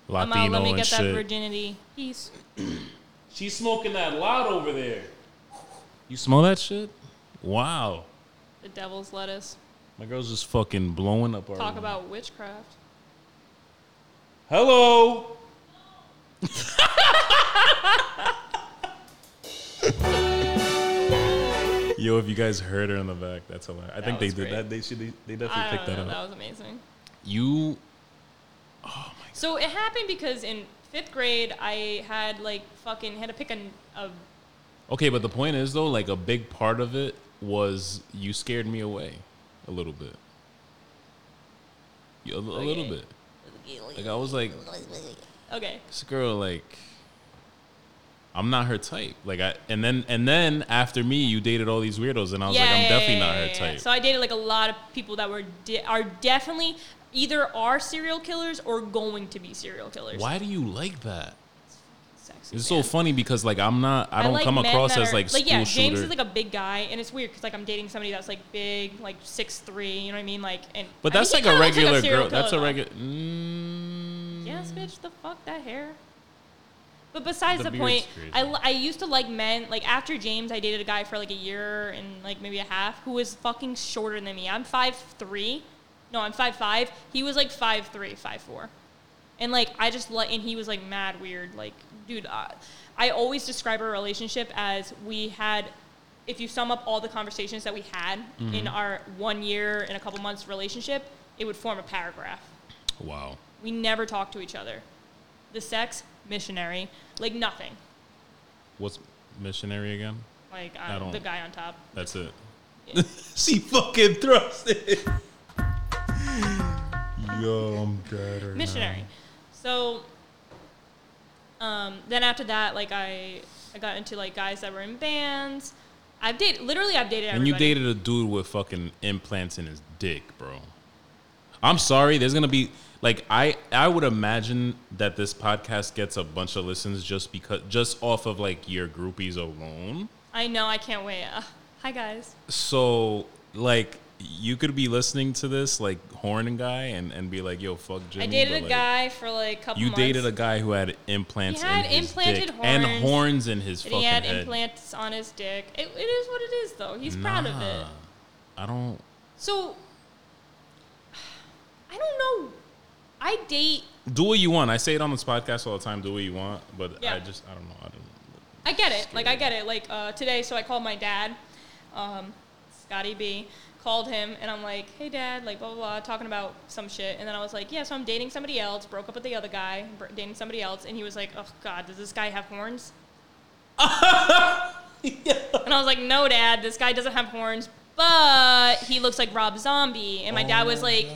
Speaker 2: I'm
Speaker 1: Latino
Speaker 2: out, let me
Speaker 1: and
Speaker 2: get
Speaker 1: shit.
Speaker 2: that virginity. Peace.
Speaker 1: She's smoking that loud over there. You smell that shit? Wow.
Speaker 2: The devil's lettuce.
Speaker 1: My girl's just fucking blowing up our
Speaker 2: Talk about witchcraft.
Speaker 1: Hello. Yo, if you guys heard her in the back, that's hilarious. I think they
Speaker 2: was
Speaker 1: did
Speaker 2: great.
Speaker 1: that. They should. They, they
Speaker 2: I
Speaker 1: definitely
Speaker 2: don't
Speaker 1: picked that
Speaker 2: know,
Speaker 1: up.
Speaker 2: that was amazing.
Speaker 1: You.
Speaker 2: So it happened because in fifth grade I had like fucking had to pick a, a
Speaker 1: Okay, but the point is though, like a big part of it was you scared me away a little bit. You- A, a little
Speaker 2: Okay.
Speaker 1: bit. Like I was like,
Speaker 2: okay.
Speaker 1: this girl like I'm not her type. Like I and then and then after me you dated all these weirdos and I was like I'm definitely not her
Speaker 2: yeah, yeah.
Speaker 1: type.
Speaker 2: So I dated like a lot of people that were de- are definitely either are serial killers or going to be serial killers.
Speaker 1: Why do you like that?
Speaker 2: Sexy,
Speaker 1: It's
Speaker 2: man.
Speaker 1: so funny because like I'm not I don't
Speaker 2: like
Speaker 1: come
Speaker 2: men
Speaker 1: across
Speaker 2: that
Speaker 1: as
Speaker 2: are-
Speaker 1: like, school
Speaker 2: yeah,
Speaker 1: shooter.
Speaker 2: James is like a big guy, and it's weird because like I'm dating somebody that's like big, like six three. You know what I mean? Like, and
Speaker 1: but
Speaker 2: I mean,
Speaker 1: that's
Speaker 2: he
Speaker 1: like
Speaker 2: kinda
Speaker 1: a
Speaker 2: looks like
Speaker 1: regular
Speaker 2: serial
Speaker 1: girl. That's a
Speaker 2: killer, though.
Speaker 1: regular. Mm,
Speaker 2: Yes, bitch. The fuck that hair. But besides
Speaker 1: The
Speaker 2: the,
Speaker 1: beard's
Speaker 2: point,
Speaker 1: crazy.
Speaker 2: I, l- I used to like men. Like after James, I dated a guy for like a year and like maybe a half who was fucking shorter than me. I'm five three. No, I'm five five. He was like five three, five four, and like I just like and he was like mad weird. Like dude, uh, I always describe our relationship as we had. If you sum up all the conversations that we had
Speaker 1: Mm-hmm.
Speaker 2: in our one year and a couple months relationship, it would form a paragraph.
Speaker 1: mm, Wow.
Speaker 2: We never talked to each other. The sex, missionary. Like nothing.
Speaker 1: What's missionary again?
Speaker 2: Like
Speaker 1: I don't-
Speaker 2: I'm the guy on top.
Speaker 1: That's it.
Speaker 2: Yeah.
Speaker 1: she fucking thrust it. Yo, I'm dead right now.
Speaker 2: missionary. So um, then after that, like I I got into like guys that were in bands. I've dated literally I've dated
Speaker 1: And you
Speaker 2: everybody.
Speaker 1: dated a dude with fucking implants in his dick, bro. I'm sorry. There's gonna be like I I would imagine that this podcast gets a bunch of listens just because just off of like your groupies alone.
Speaker 2: I know, I can't wait. Uh, hi guys.
Speaker 1: So like you could be listening to this like horning guy and and be like, yo, fuck Jimmy.
Speaker 2: I dated
Speaker 1: but,
Speaker 2: a
Speaker 1: like,
Speaker 2: guy for like a couple
Speaker 1: You
Speaker 2: months.
Speaker 1: dated a guy who had implants
Speaker 2: He had
Speaker 1: in his
Speaker 2: implanted
Speaker 1: dick and
Speaker 2: horns.
Speaker 1: horns in his
Speaker 2: and
Speaker 1: fucking
Speaker 2: he had
Speaker 1: head.
Speaker 2: implants on his dick. It, it is what it is though. He's proud of it.
Speaker 1: Nah, I don't.
Speaker 2: So I don't know. I date
Speaker 1: Do what you want. I say it on this podcast all the time. Do what you want, but I
Speaker 2: Yeah.
Speaker 1: just I don't know. I don't.
Speaker 2: I get it. Like I get it. Like uh, today, so I called my dad, um, Scotty B. Called him and I'm like, hey dad, like blah blah blah, talking about some shit. And then I was like, yeah, so I'm dating somebody else. Broke up with the other guy, br- dating somebody else. And he was like, oh god, does this guy have horns? And I was like, no dad, this guy doesn't have horns, but he looks like Rob Zombie. And my dad was like,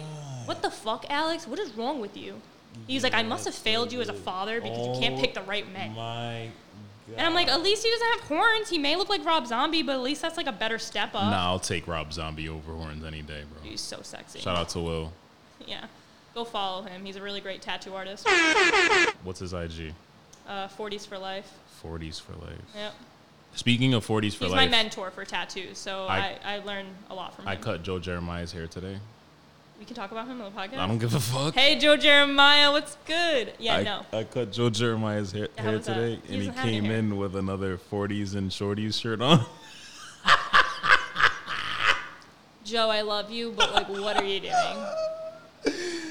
Speaker 2: what the fuck, Alex? What is wrong with you? He's like, I must have failed you as a father because you can't pick the right men.
Speaker 1: My
Speaker 2: And I'm like, at least he doesn't have horns. He may look like Rob Zombie, but at least that's like a better step up.
Speaker 1: Nah, I'll take Rob Zombie over horns any day, bro.
Speaker 2: He's so sexy.
Speaker 1: Shout out to Will.
Speaker 2: Yeah. Go follow him. He's a really great tattoo artist.
Speaker 1: What's his IG?
Speaker 2: Uh, 40s for life.
Speaker 1: 40s for life.
Speaker 2: Yep.
Speaker 1: Speaking of 40s for
Speaker 2: He's my
Speaker 1: life,
Speaker 2: mentor for tattoos, so
Speaker 1: I-
Speaker 2: I, I, learn a lot from him.
Speaker 1: I cut Joe Jeremiah's hair today.
Speaker 2: we can talk about him on the podcast.
Speaker 1: I don't give a fuck.
Speaker 2: Hey, Joe Jeremiah, what's good? Yeah,
Speaker 1: I,
Speaker 2: no.
Speaker 1: I cut Joe Jeremiah's hair,
Speaker 2: How
Speaker 1: hair
Speaker 2: was that?
Speaker 1: today,
Speaker 2: He
Speaker 1: and he
Speaker 2: doesn't have any
Speaker 1: came
Speaker 2: hair.
Speaker 1: in with another 40s and shorties shirt on.
Speaker 2: Joe, I love you, but like, what are you doing?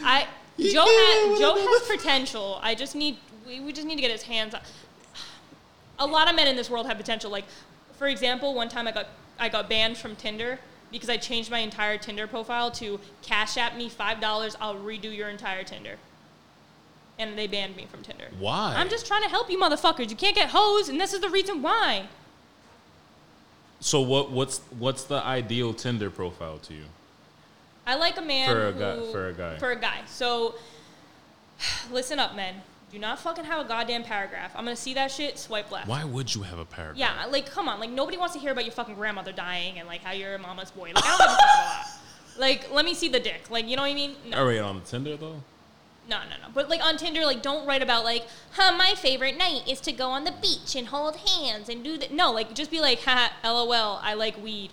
Speaker 2: I
Speaker 1: You
Speaker 2: Joe
Speaker 1: can't,
Speaker 2: has Joe
Speaker 1: whatever.
Speaker 2: has potential. I just need we, we just need to get his hands. On. A lot of men in this world have potential. Like, for example, one time I got I got banned from Tinder because I changed my entire Tinder profile to cash app me five dollars. I'll redo your entire Tinder. And they banned me from Tinder.
Speaker 1: Why?
Speaker 2: I'm just trying to help you, motherfuckers. You can't get hoes, and this is the reason why.
Speaker 1: so what? What's what's the ideal Tinder profile to you?
Speaker 2: I like a man
Speaker 1: For a
Speaker 2: who,
Speaker 1: guy- for a guy.
Speaker 2: For a guy. So, listen up, men. Do not fucking have a goddamn paragraph. I'm gonna see that shit. Swipe left.
Speaker 1: Why would you have a paragraph?
Speaker 2: Yeah, like come on. Like nobody wants to hear about your fucking grandmother dying and like how you're a mama's boy. Like I don't give a fuck about that. Like let me see the dick. Like you know what I mean? No.
Speaker 1: All right, on Tinder though.
Speaker 2: No, no, no. But like on Tinder, like don't write about like, huh, my favorite night is to go on the beach and hold hands and do that. No, like just be like, ha, lol, I like weed,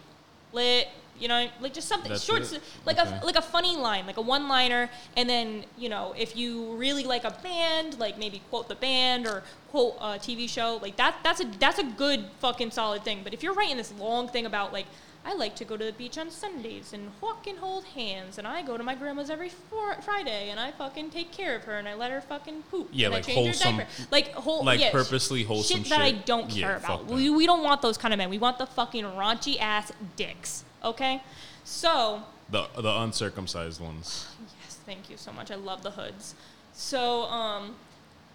Speaker 2: lit. You know, like just something
Speaker 1: That's
Speaker 2: short,
Speaker 1: it?
Speaker 2: like
Speaker 1: Okay.
Speaker 2: a like a funny line, like a one liner, and then you know if you really like a band, like maybe quote the band or quote a TV show, like that. That's a that's a good fucking solid thing. But if you're writing this long thing about like. I like to go to the beach on Sundays and walk and hold hands, and I go to my grandma's every four, Friday, and I fucking take care of her, and I let her fucking poop.
Speaker 1: Yeah,
Speaker 2: and I
Speaker 1: like
Speaker 2: change her
Speaker 1: wholesome-
Speaker 2: diaper. like whole,
Speaker 1: like
Speaker 2: yeah, sh-
Speaker 1: purposely wholesome
Speaker 2: that I
Speaker 1: shit.
Speaker 2: don't
Speaker 1: Yeah,
Speaker 2: care
Speaker 1: fuck
Speaker 2: about.
Speaker 1: that.
Speaker 2: We, we don't want those kind of men. We want the fucking raunchy ass dicks. Okay, so
Speaker 1: The the uncircumcised ones.
Speaker 2: Yes, thank you so much. I love the hoods. So, um,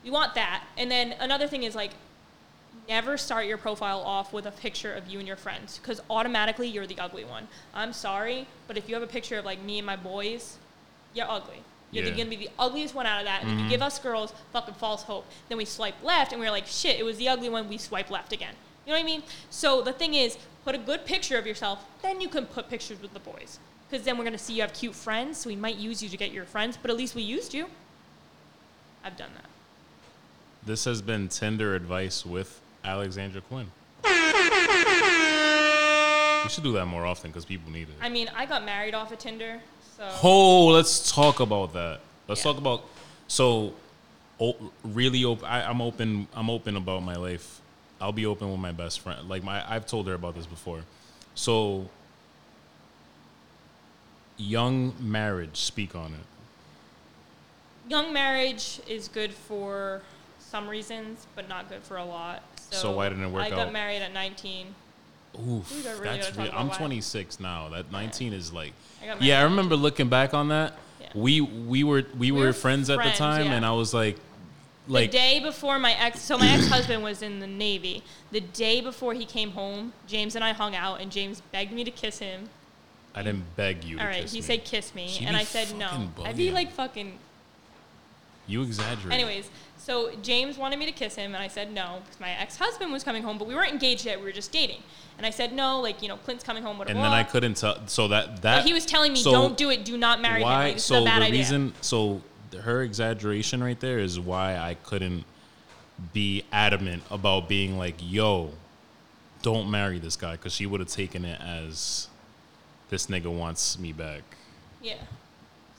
Speaker 2: you want that. And then another thing is like, never start your profile off with a picture of you and your friends because automatically you're the ugly one. I'm sorry, but if you have a picture of like me and my boys, you're ugly. You're
Speaker 1: Yeah.
Speaker 2: gonna be the ugliest one out of that. And if you give us girls fucking false hope, then we swipe left and we're like, shit, it was the ugly one, we swipe left again. You know what I mean? So the thing is, put a good picture of yourself, then you can put pictures with the boys. Because then we're gonna see you have cute friends, so we might use you to get your friends, but at least we used you. I've done that.
Speaker 1: This has been Tinder advice with Alexandra Quinn. We should do that more often because people need it.
Speaker 2: I mean, I got married off of Tinder, so
Speaker 1: Oh, let's talk about that. Let's
Speaker 2: Yeah.
Speaker 1: talk about so o really open. I'm open. I'm open about my life. I'll be open with my best friend. Like my, I've told her about this before. So young marriage, speak on it.
Speaker 2: young marriage is good for some reasons, but not good for a lot. So,
Speaker 1: So why didn't it work
Speaker 2: I got
Speaker 1: out?
Speaker 2: married at 19.
Speaker 1: Oof,
Speaker 2: We got- really gotta
Speaker 1: that's
Speaker 2: talk
Speaker 1: real.
Speaker 2: about
Speaker 1: I'm
Speaker 2: why.
Speaker 1: 26 now. That 19 is like,
Speaker 2: I got
Speaker 1: yeah. I
Speaker 2: married.
Speaker 1: remember looking back on that.
Speaker 2: Yeah.
Speaker 1: We we were we, were,
Speaker 2: were
Speaker 1: friends, at the
Speaker 2: friends,
Speaker 1: time,
Speaker 2: yeah.
Speaker 1: and I was like, like
Speaker 2: the day before my ex, so my ex husband was in the Navy. The day before he came home, James and I hung out, and James begged me to kiss him.
Speaker 1: I didn't beg you.
Speaker 2: All
Speaker 1: to
Speaker 2: right,
Speaker 1: kiss
Speaker 2: he
Speaker 1: me.
Speaker 2: said kiss me,
Speaker 1: She
Speaker 2: and
Speaker 1: be
Speaker 2: I said no.
Speaker 1: fucking
Speaker 2: I'd be
Speaker 1: bugging.
Speaker 2: like fucking.
Speaker 1: you exaggerate.
Speaker 2: Anyways, so James wanted me to kiss him, and I said no because my ex husband was coming home, but we weren't engaged yet. We were just dating, and I said no, like you know, Clint's coming home. What
Speaker 1: and then I couldn't tell. So that that
Speaker 2: But he was telling me,
Speaker 1: so
Speaker 2: don't do it. Do not marry
Speaker 1: Why?
Speaker 2: him. Like, this
Speaker 1: so
Speaker 2: is a bad
Speaker 1: the
Speaker 2: idea.
Speaker 1: reason. So her exaggeration right there is why I couldn't be adamant about being like, "Yo, don't marry this guy," because she would have taken it as this nigga wants me back.
Speaker 2: Yeah.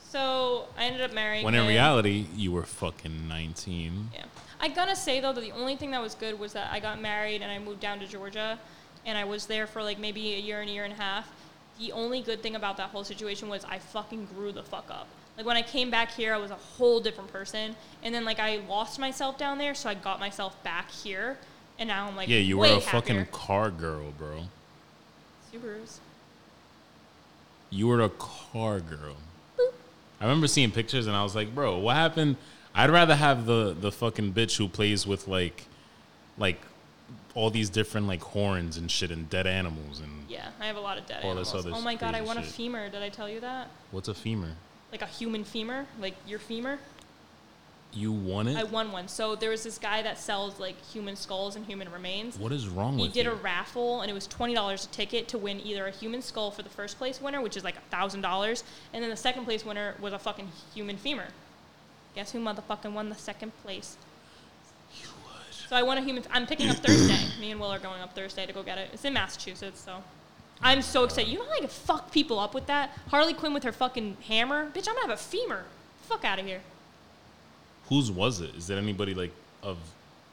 Speaker 2: So I ended up marrying.
Speaker 1: When in
Speaker 2: him.
Speaker 1: reality, you were fucking nineteen.
Speaker 2: Yeah. I gotta say though that the only thing that was good was that I got married and I moved down to Georgia, and I was there for like maybe a year and a year and a half. The only good thing about that whole situation was I fucking grew the fuck up. Like when I came back here, I was a whole different person, and then like I lost myself down there, so I got myself back here, and now I'm like
Speaker 1: Yeah, you were
Speaker 2: way
Speaker 1: a fucking
Speaker 2: happier.
Speaker 1: car girl, bro.
Speaker 2: Subarus.
Speaker 1: You were a car girl. I remember seeing pictures and I was like, bro, what happened? I'd rather have the the fucking bitch who plays with like like all these different like horns and shit and dead animals and
Speaker 2: Yeah, I have a lot of dead
Speaker 1: All this
Speaker 2: animals.
Speaker 1: other
Speaker 2: Oh my god, I
Speaker 1: crazy
Speaker 2: want a
Speaker 1: shit.
Speaker 2: femur. Did I tell you that?
Speaker 1: what's a femur?
Speaker 2: Like a human femur, like your femur.
Speaker 1: You want it?
Speaker 2: I won one. So there was this guy that sells like human skulls and human remains.
Speaker 1: what is wrong
Speaker 2: He
Speaker 1: with
Speaker 2: did
Speaker 1: you?
Speaker 2: a raffle, and it was twenty dollars a ticket to win either a human skull for the first place winner, which is like thousand dollars, and then the second place winner was a fucking human femur. Guess who motherfucking won the second place? You would. So I want a human. I'm picking up Thursday. Me and Will are going up Thursday to go get it. It's in Massachusetts, so I'm so excited. You know how I could fuck people up with that? Harley Quinn with her fucking hammer, bitch. I'm gonna have a femur. Fuck out of here.
Speaker 1: Whose was it? Is it anybody like of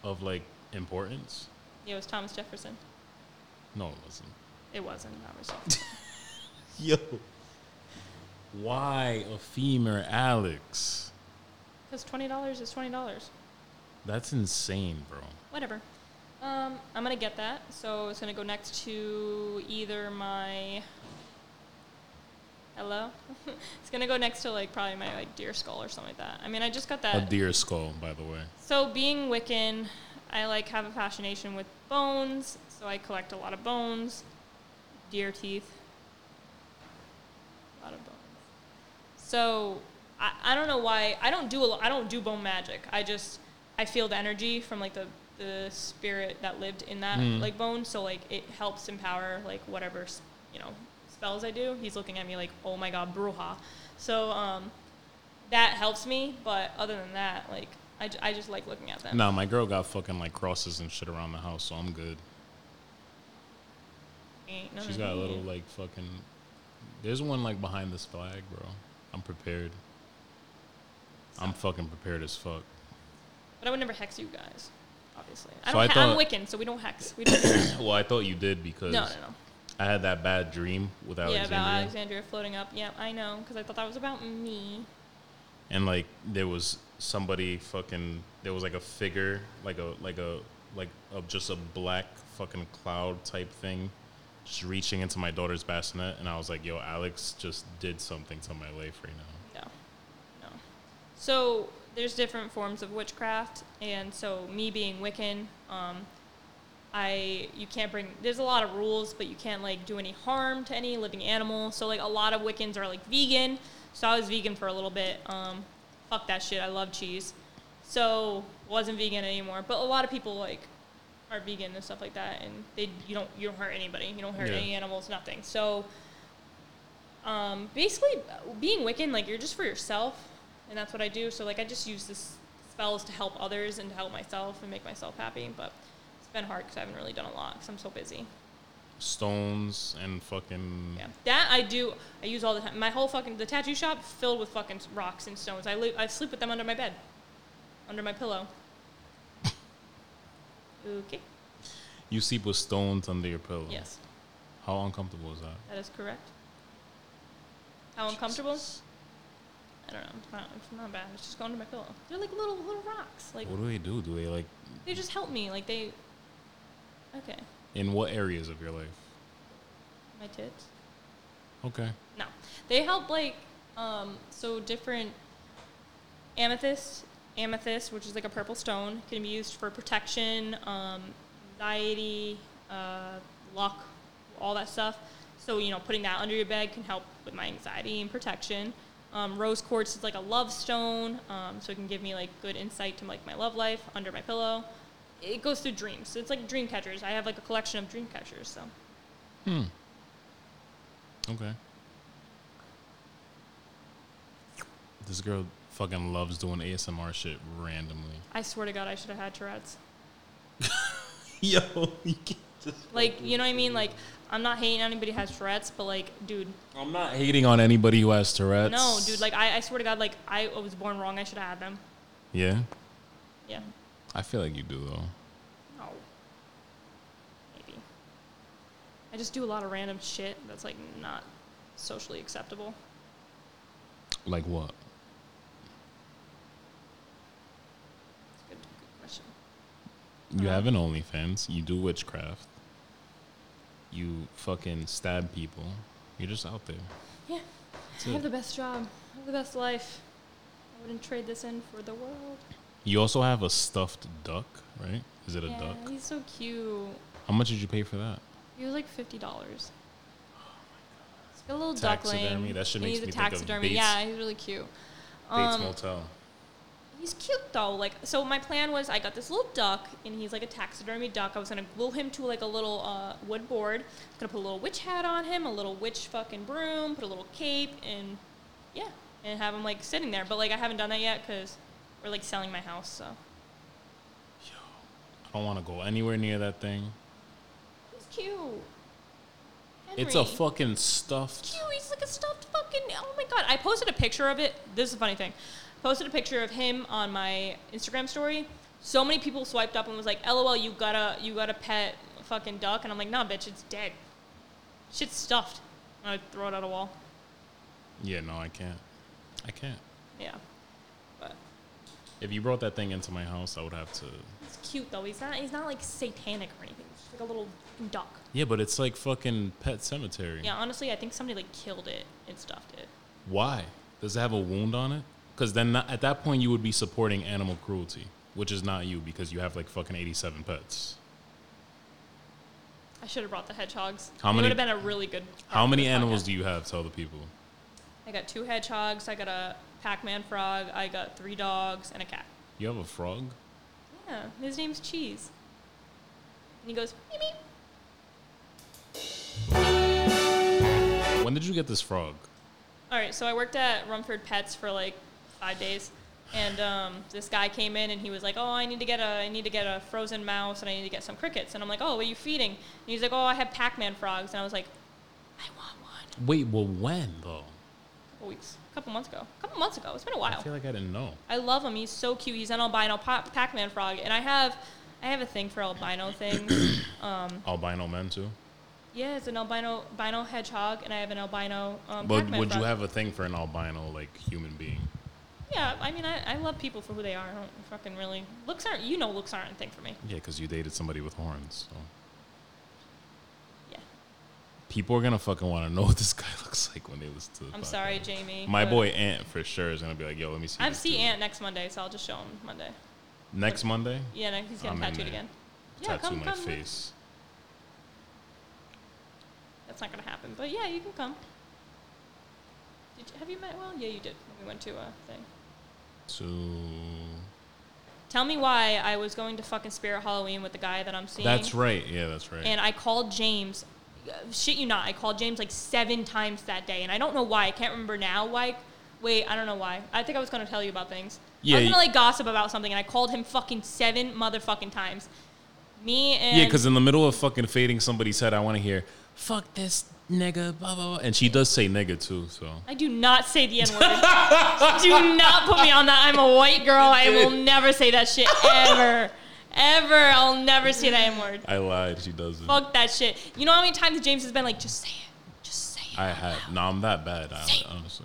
Speaker 1: of like importance?
Speaker 2: Yeah, it was Thomas Jefferson.
Speaker 1: No, it wasn't.
Speaker 2: It wasn't. That was
Speaker 1: Yo, why a femur, Alex?
Speaker 2: because twenty dollars is twenty dollars.
Speaker 1: That's insane, bro.
Speaker 2: Whatever. Um, I'm gonna get that. So it's gonna go next to either my. Hello. it's gonna go next to like probably my like deer skull or something like that. I mean, I just got
Speaker 1: A
Speaker 2: that.
Speaker 1: deer skull, by the way.
Speaker 2: So being Wiccan, I like have a fascination with bones, so I collect a lot of bones, deer teeth, a lot of bones. So I, I don't know why I don't do a, lo- I don't do bone magic. I just I feel the energy from like the the spirit that lived in that
Speaker 1: Mm.
Speaker 2: like bone. So like it helps empower like whatever s- you know spells I do. He's looking at me like oh my god bruja. So um that helps me. But other than that, like I, j- I just like looking at them.
Speaker 1: Nah, my girl got fucking like crosses and shit around the house, so I'm good.
Speaker 2: Ain't none
Speaker 1: She's
Speaker 2: of
Speaker 1: got a
Speaker 2: me.
Speaker 1: little like fucking. There's one like behind this flag, bro. I'm prepared. I'm fucking prepared as fuck.
Speaker 2: But I would never hex you guys, obviously. I
Speaker 1: So
Speaker 2: don't.
Speaker 1: I
Speaker 2: ha- I'm
Speaker 1: thought-
Speaker 2: Wiccan, so we don't hex. We don't. no,
Speaker 1: Well, I thought you did because
Speaker 2: no, no.
Speaker 1: I had that bad dream with Alexandria,
Speaker 2: Yeah, about Alexandria floating up. Yeah, I know, because I thought that was about me.
Speaker 1: and like there was somebody fucking. There was like a figure, like a like a like of just a black fucking cloud type thing, just reaching into my daughter's bassinet, and I was like, "Yo, Alex just did something to my life right now."
Speaker 2: No, no. So there's different forms of witchcraft, and so me being Wiccan, um, I you can't bring. There's a lot of rules, but you can't like do any harm to any living animal. So like a lot of Wiccans are like vegan. So I was vegan for a little bit. Um, fuck that shit. I love cheese. So wasn't vegan anymore. But a lot of people like are vegan and stuff like that, and they you don't you don't hurt anybody. You don't hurt
Speaker 1: Yeah.
Speaker 2: any animals. Nothing. So um, basically being Wiccan, like you're just for yourself, and that's what I do. So like I just use this spells to help others and to help myself and make myself happy. But it's been hard because I haven't really done a lot because I'm so busy.
Speaker 1: Stones and fucking
Speaker 2: Yeah, that I do. I use all the time. My whole fucking the tattoo shop filled with fucking rocks and stones. I li- I sleep with them under my bed, under my pillow. Okay.
Speaker 1: You sleep with stones under your pillow.
Speaker 2: Yes,
Speaker 1: How uncomfortable is that?
Speaker 2: that is correct. How uncomfortable? I don't know. It's not, it's not bad. It's just going to my pillow. They're like little little rocks. Like
Speaker 1: What do they do? Do they like
Speaker 2: They just help me. Like they. Okay,
Speaker 1: in what areas of your life?
Speaker 2: my tits.
Speaker 1: Okay.
Speaker 2: No, they help like um, so different. Amethyst, amethyst, which is like a purple stone, can be used for protection, um, anxiety, uh, luck, all that stuff. So you know, putting that under your bed can help with my anxiety and protection. Um, rose quartz is like a love stone, um, so it can give me like good insight to like my love life under my pillow. It goes through dreams, so it's like dream catchers. I have like a collection of dream catchers, so.
Speaker 1: Okay. This girl fucking loves doing ASMR shit randomly.
Speaker 2: I swear to God, I should have had Tourette's.
Speaker 1: Yo, you can't just
Speaker 2: Like, you know what I mean? Like, I'm not hating anybody who has Tourette's, but like, dude,
Speaker 1: I'm not hating on anybody who has Tourette's.
Speaker 2: no, dude, like, I, I swear to God, like, I was born wrong. I should have had them.
Speaker 1: Yeah.
Speaker 2: Yeah.
Speaker 1: I feel like you do though.
Speaker 2: No. Maybe. I just do a lot of random shit that's like not socially acceptable.
Speaker 1: Like what?
Speaker 2: It's a good, good question.
Speaker 1: You
Speaker 2: Mm.
Speaker 1: have an OnlyFans, you do witchcraft, you fucking stab people. You're just out there.
Speaker 2: Yeah.
Speaker 1: That's
Speaker 2: I
Speaker 1: it.
Speaker 2: have the best job. I have the best life. I wouldn't trade this in for the world.
Speaker 1: You also have a stuffed duck, right? Is it a
Speaker 2: yeah,
Speaker 1: duck?
Speaker 2: he's so cute.
Speaker 1: How much did you pay for that?
Speaker 2: He was like fifty dollars. It's got a little
Speaker 1: Oh Taxidermy,
Speaker 2: duckling.
Speaker 1: that shit
Speaker 2: And
Speaker 1: makes
Speaker 2: he's
Speaker 1: me
Speaker 2: a
Speaker 1: think of
Speaker 2: taxidermy.
Speaker 1: Bates-
Speaker 2: yeah, he's really cute.
Speaker 1: Bates
Speaker 2: Um,
Speaker 1: Motel.
Speaker 2: He's cute though. Like so, my plan was I got this little duck, and he's like a taxidermy duck. I was gonna glue him to like a little uh, wood board. Gonna put a little witch hat on him, a little witch fucking broom, put a little cape, and yeah, and have him like sitting there. But like I haven't done that yet because we're like selling my house, so
Speaker 1: I don't want to go anywhere near that thing.
Speaker 2: He's cute.
Speaker 1: It's a
Speaker 2: Henry.
Speaker 1: fucking stuffed.
Speaker 2: cute. He's like a stuffed fucking. Oh my god! I posted a picture of it. This is a funny thing. Posted a picture of him on my Instagram story. So many people swiped up and was like, "LOL, you got to you got a pet fucking duck," and I'm like, "Nah, bitch, it's dead. Shit's stuffed." And I throw it at a wall.
Speaker 1: Yeah, no, I can't. I can't.
Speaker 2: Yeah, but
Speaker 1: If you brought that thing into my house, I would have to.
Speaker 2: it's cute though. He's not he's not like satanic or anything. He's just like a little duck.
Speaker 1: Yeah, but it's like fucking pet cemetery.
Speaker 2: Yeah, honestly, I think somebody like killed it and stuffed it.
Speaker 1: Why? Does it have a wound on it? Because then not, at that point you would be supporting animal cruelty, which is not you because you have like fucking 87 pets.
Speaker 2: I should have brought the hedgehogs.
Speaker 1: How
Speaker 2: It
Speaker 1: many-
Speaker 2: would have been a really good.
Speaker 1: How many animals do you have? Tell the people.
Speaker 2: I got two hedgehogs. I got a Pac-Man frog. I got three dogs and a cat.
Speaker 1: You have a frog?
Speaker 2: Yeah, his name's Cheese. And he goes meep meep.
Speaker 1: When did you get this frog?
Speaker 2: All right, so I worked at Rumford Pets for like five days, and um, this guy came in and he was like, "Oh, I need to get a, I need to get a frozen mouse and I need to get some crickets." And I'm like, "Oh, what are you feeding?" And he's like, "Oh, I have Pac-Man frogs." And I was like, "I want one."
Speaker 1: Wait, well, when though?
Speaker 2: A couple weeks, a couple months ago, a couple months ago. It's been a while.
Speaker 1: I feel like I didn't know.
Speaker 2: I love him. He's so cute. He's an albino pa- Pac-Man frog, and I have, I have a thing for albino things.
Speaker 1: Albino men too.
Speaker 2: yeah, it's an albino, albino hedgehog, and I have an albino um,
Speaker 1: But
Speaker 2: Pac-Man
Speaker 1: would
Speaker 2: frog.
Speaker 1: you have a thing for an albino like human being?
Speaker 2: Yeah, I mean, I, I love people for who they are. I don't fucking really looks aren't. You know, looks aren't a thing for me.
Speaker 1: Yeah, because you dated somebody with horns. So
Speaker 2: Yeah,
Speaker 1: people are gonna fucking want to know what this guy looks like when they listen to. The
Speaker 2: I'm
Speaker 1: podcast.
Speaker 2: sorry, Jamie.
Speaker 1: My
Speaker 2: but
Speaker 1: boy Ant for sure is gonna be like, "Yo, let me see."
Speaker 2: I'm
Speaker 1: this
Speaker 2: see
Speaker 1: dude."
Speaker 2: Ant next Monday, so I'll just show him Monday.
Speaker 1: next Monday.
Speaker 2: Yeah, and he's
Speaker 1: I'm
Speaker 2: getting
Speaker 1: in
Speaker 2: tattooed
Speaker 1: there.
Speaker 2: again. Yeah,
Speaker 1: tattoo
Speaker 2: come,
Speaker 1: my
Speaker 2: come.
Speaker 1: face.
Speaker 2: That's not gonna happen, but yeah, you can come. Did you, have you met? Well, yeah, you did. when We went to a thing.
Speaker 1: So
Speaker 2: Tell me why I was going to fucking Spirit Halloween with the guy that I'm seeing.
Speaker 1: that's right. Yeah, that's right.
Speaker 2: And I called James. uh, Shit, you not. I called James like seven times that day, and I don't know why. I can't remember now. Why? Wait, I don't know why. I think I was gonna tell you about things.
Speaker 1: Yeah,
Speaker 2: I was
Speaker 1: you-
Speaker 2: gonna like gossip about something, and I called him fucking seven motherfucking times. Me and
Speaker 1: yeah, because in the middle of fucking fading somebody's head, I want to hear "fuck this nigga," blah blah, blah. and she does say nigga too. So
Speaker 2: I do not say the N word. do not put me on that. I'm a white girl. I will never say that shit ever, ever. I'll never say that N word.
Speaker 1: I lied. She doesn't.
Speaker 2: Fuck that shit. You know how many times James has been like, just say it, just say it,
Speaker 1: I have. No, I'm that bad. I,
Speaker 2: Say it.
Speaker 1: honestly,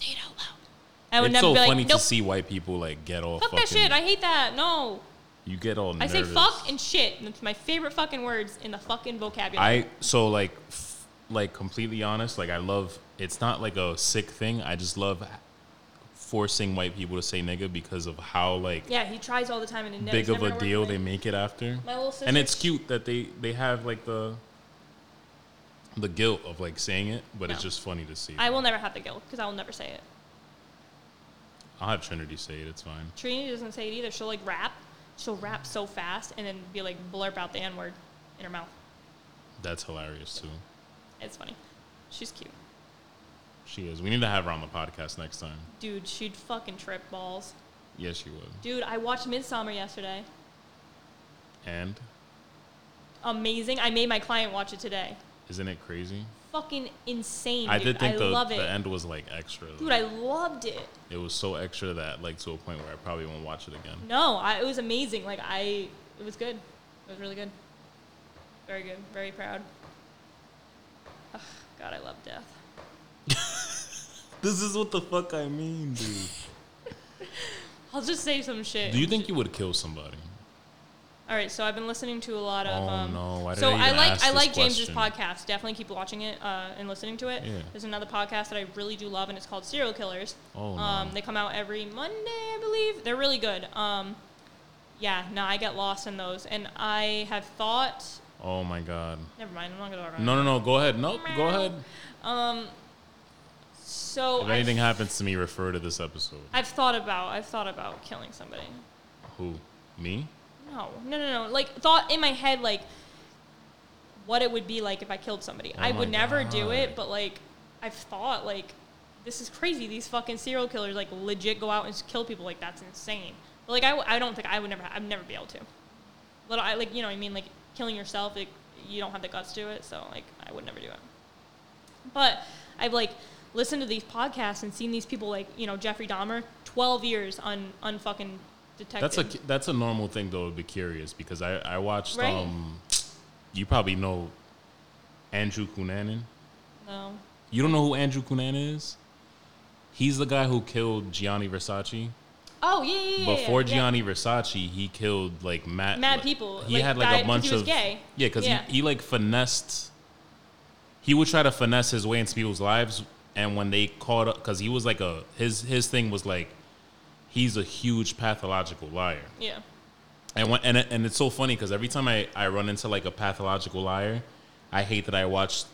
Speaker 2: say it out loud. I would
Speaker 1: it's
Speaker 2: never
Speaker 1: so
Speaker 2: be like,
Speaker 1: funny
Speaker 2: nope.
Speaker 1: to see white people like get all
Speaker 2: Fuck
Speaker 1: fucking.
Speaker 2: that shit. I hate that. No.
Speaker 1: you get all.
Speaker 2: I
Speaker 1: Nervous.
Speaker 2: say fuck and shit. and It's my favorite fucking words in the fucking vocabulary.
Speaker 1: I so like f- like completely honest, like I love it's not like a sick thing. I just love forcing white people to say nigga because of how like
Speaker 2: yeah, he tries all the time and it never
Speaker 1: big of
Speaker 2: never
Speaker 1: a
Speaker 2: works
Speaker 1: deal
Speaker 2: for
Speaker 1: they
Speaker 2: me.
Speaker 1: make it after.
Speaker 2: My little
Speaker 1: and
Speaker 2: sister-
Speaker 1: it's cute that they they have like the the guilt of like saying it, but it's
Speaker 2: No.
Speaker 1: just funny to see.
Speaker 2: I will never have the guilt because I will never say it.
Speaker 1: I'll have Trinity say it. It's fine.
Speaker 2: Trini doesn't say it either. She'll like rap. She'll rap so fast and then be like blurp out the N word in her mouth.
Speaker 1: That's hilarious too.
Speaker 2: It's funny. She's cute.
Speaker 1: She is. We need to have her on the podcast next time.
Speaker 2: Dude, she'd fucking trip balls.
Speaker 1: Yes, she would.
Speaker 2: Dude, I watched Midsummer yesterday.
Speaker 1: And
Speaker 2: Amazing. I made my client watch it today.
Speaker 1: isn't it crazy?
Speaker 2: Fucking insane.
Speaker 1: I
Speaker 2: dude.
Speaker 1: did think
Speaker 2: I
Speaker 1: the,
Speaker 2: love it.
Speaker 1: the end was like extra. though.
Speaker 2: Dude, I loved it.
Speaker 1: It was so extra that like to a point where I probably won't watch it again.
Speaker 2: No, I, it was amazing. Like I, it was good. It was really good. Very good. Very proud. Ugh, God, I love death.
Speaker 1: This is what the fuck I mean, dude.
Speaker 2: I'll just say some shit.
Speaker 1: Do you think you would kill somebody?
Speaker 2: All right, so I've been listening to a lot of.
Speaker 1: Oh,
Speaker 2: um,
Speaker 1: no. Why did
Speaker 2: so
Speaker 1: I even
Speaker 2: like
Speaker 1: ask
Speaker 2: I
Speaker 1: this
Speaker 2: like James's
Speaker 1: question?
Speaker 2: podcast. Definitely keep watching it uh, and listening to it.
Speaker 1: Yeah.
Speaker 2: There's another podcast that I really do love, and it's called Serial Killers.
Speaker 1: Oh, no.
Speaker 2: um, They come out every Monday, I believe. They're really good. Um, yeah, no, I get lost in those, and I have thought.
Speaker 1: Oh my god.
Speaker 2: Never mind, I'm not gonna go around.
Speaker 1: No, no, no. Go ahead. Nope. Go ahead.
Speaker 2: So
Speaker 1: If
Speaker 2: I
Speaker 1: anything happens to me, refer to this episode.
Speaker 2: I've thought about I've thought about killing somebody.
Speaker 1: Who? Me?
Speaker 2: No, no, no, no. Like thought in my head like what it would be like if I killed somebody. I
Speaker 1: Oh my
Speaker 2: would never do
Speaker 1: God.
Speaker 2: it, but like I've thought like this is crazy. These fucking serial killers like legit go out and kill people like that's insane. But, like I, w- I don't think I would never ha- I'd never be able to. little, I like, you know, what I mean, like killing yourself, it, you don't have the guts to do it. So like, I would never do it. But I've like listened to these podcasts and seen these people like, you know, Jeffrey Dahmer, 12 years un, unfucking detected.
Speaker 1: That's a that's a normal thing though. To be curious because I I watched
Speaker 2: Right.
Speaker 1: um, you probably know Andrew Cunanan.
Speaker 2: no.
Speaker 1: You don't know who Andrew Cunanan is? He's the guy who killed Gianni Versace.
Speaker 2: Oh yeah, yeah, yeah, yeah.
Speaker 1: Before
Speaker 2: yeah.
Speaker 1: Gianni Versace, he killed like mad
Speaker 2: Mad
Speaker 1: like,
Speaker 2: people,
Speaker 1: He
Speaker 2: like,
Speaker 1: had like
Speaker 2: died
Speaker 1: a
Speaker 2: 'cause
Speaker 1: bunch
Speaker 2: he was
Speaker 1: of
Speaker 2: gay.
Speaker 1: yeah, because
Speaker 2: Yeah.
Speaker 1: he, he like finessed. He would try to finesse his way into people's lives, and when they caught up, because he was like a his his thing was like, he's a huge pathological liar.
Speaker 2: Yeah.
Speaker 1: And when, and it- and it's so funny because every time I, I run into like a pathological liar, I hate that I watched.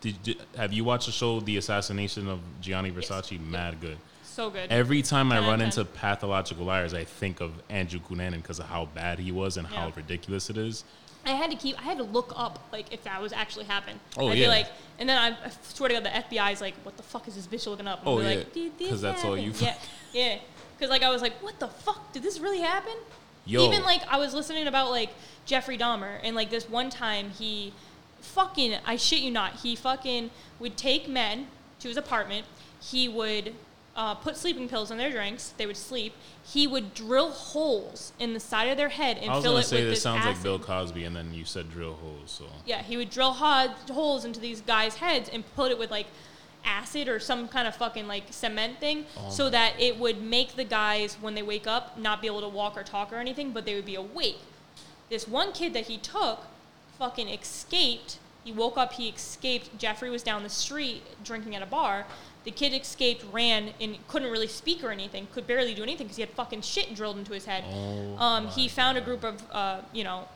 Speaker 1: Did, did have you watched the show The Assassination of Gianni Versace? Mad good.
Speaker 2: So good.
Speaker 1: Every time I
Speaker 2: Ten out
Speaker 1: run
Speaker 2: of
Speaker 1: into
Speaker 2: ten.
Speaker 1: pathological liars, I think of Andrew Cunanan because of how bad he was and how
Speaker 2: Yeah.
Speaker 1: ridiculous it is.
Speaker 2: I had to keep. I had to look up like if that was actually happened.
Speaker 1: Oh,
Speaker 2: I'd
Speaker 1: yeah.
Speaker 2: Be like, and then I, I swear to God, the FBI is like, "What the fuck is this bitch looking up?" And
Speaker 1: Oh,
Speaker 2: I'd be
Speaker 1: yeah.
Speaker 2: like, "Did this
Speaker 1: 'Cause that's all
Speaker 2: happen?"
Speaker 1: you-
Speaker 2: Yeah, yeah. Because like I was like, "What the fuck? Did this really happen?"
Speaker 1: Yo.
Speaker 2: Even like I was listening about like Jeffrey Dahmer and like this one time he fucking I shit you not he fucking would take men to his apartment. He would. Uh, put sleeping pills in their drinks. They would sleep. He would drill holes in the side of their head and
Speaker 1: I was
Speaker 2: fill
Speaker 1: gonna
Speaker 2: it
Speaker 1: say
Speaker 2: with
Speaker 1: this sounds like
Speaker 2: acid.
Speaker 1: Bill Cosby, and then you said drill holes. So
Speaker 2: Yeah, he would drill hod- holes into these guys' heads and put it with like acid or some kind of fucking like cement thing so that it would make the guys when they wake up not be able to walk or talk or anything, but they would be awake. This one kid that he took fucking escaped. He woke up, he escaped. Jeffrey was down the street drinking at a bar. The kid escaped, ran, and couldn't really speak or anything, could barely do anything because he had fucking shit drilled into his head.
Speaker 1: Oh
Speaker 2: um, he found a group of, uh, you know,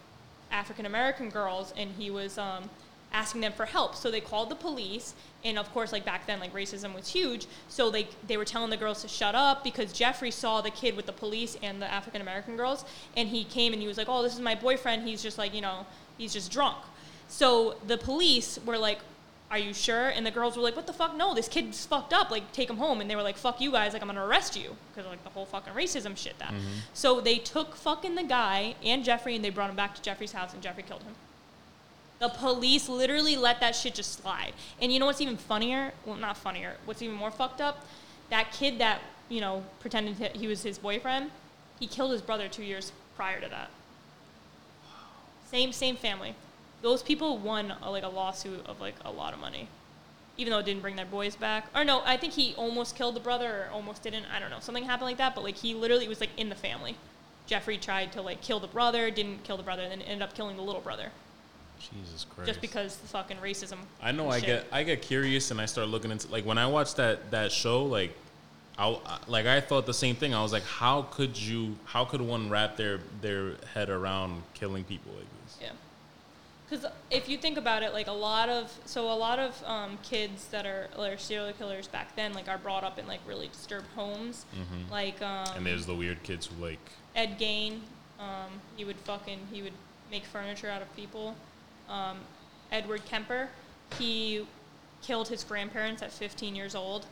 Speaker 2: African American girls, and he was um, asking them for help. So they called the police, and of course, like back then, like racism was huge. So they they were telling the girls to shut up because Jeffrey saw the kid with the police and the African American girls, and he came and he was like, "Oh, this is my boyfriend. He's just like you know, he's just drunk." So the police were like. Are you sure? And the girls were like, "What the fuck? No, this kid's fucked up. Like, take him home." And they were like, "Fuck you guys! Like, I'm gonna arrest you because like the whole fucking racism shit." That. So they took fucking the guy and Jeffrey, and they brought him back to Jeffrey's house, and Jeffrey killed him. The police literally let that shit just slide. And you know what's even funnier? Well, not funnier. What's even more fucked up? That kid that, you know, pretended that he was his boyfriend, he killed his brother two years prior to that. Same, same family. Those people won, uh, like, a lawsuit of, like, a lot of money. Even though it didn't bring their boys back. Or no, I think he almost killed the brother or almost didn't. I don't know. Something happened like that. But, like, he literally was, like, in the family. Jeffrey tried to, like, kill the brother, didn't kill the brother, and then ended up killing the little brother
Speaker 1: Jesus Christ.
Speaker 2: just because the fucking racism.
Speaker 1: I know
Speaker 2: and
Speaker 1: I
Speaker 2: shit.
Speaker 1: get I get curious and I start looking into like when I watched that that show like I I- like I thought the same thing. I was like, how could you? How could one wrap their their head around killing people like this?
Speaker 2: Yeah, because if you think about it, like a lot of so a lot of um, kids that are are serial killers back then, like are brought up in like really disturbed homes, like um,
Speaker 1: Mm-hmm. And there's the weird kids who like
Speaker 2: Ed Gain. Um, he would fucking he would make furniture out of people. Um, Edward Kemper, he killed his grandparents at 15 years old,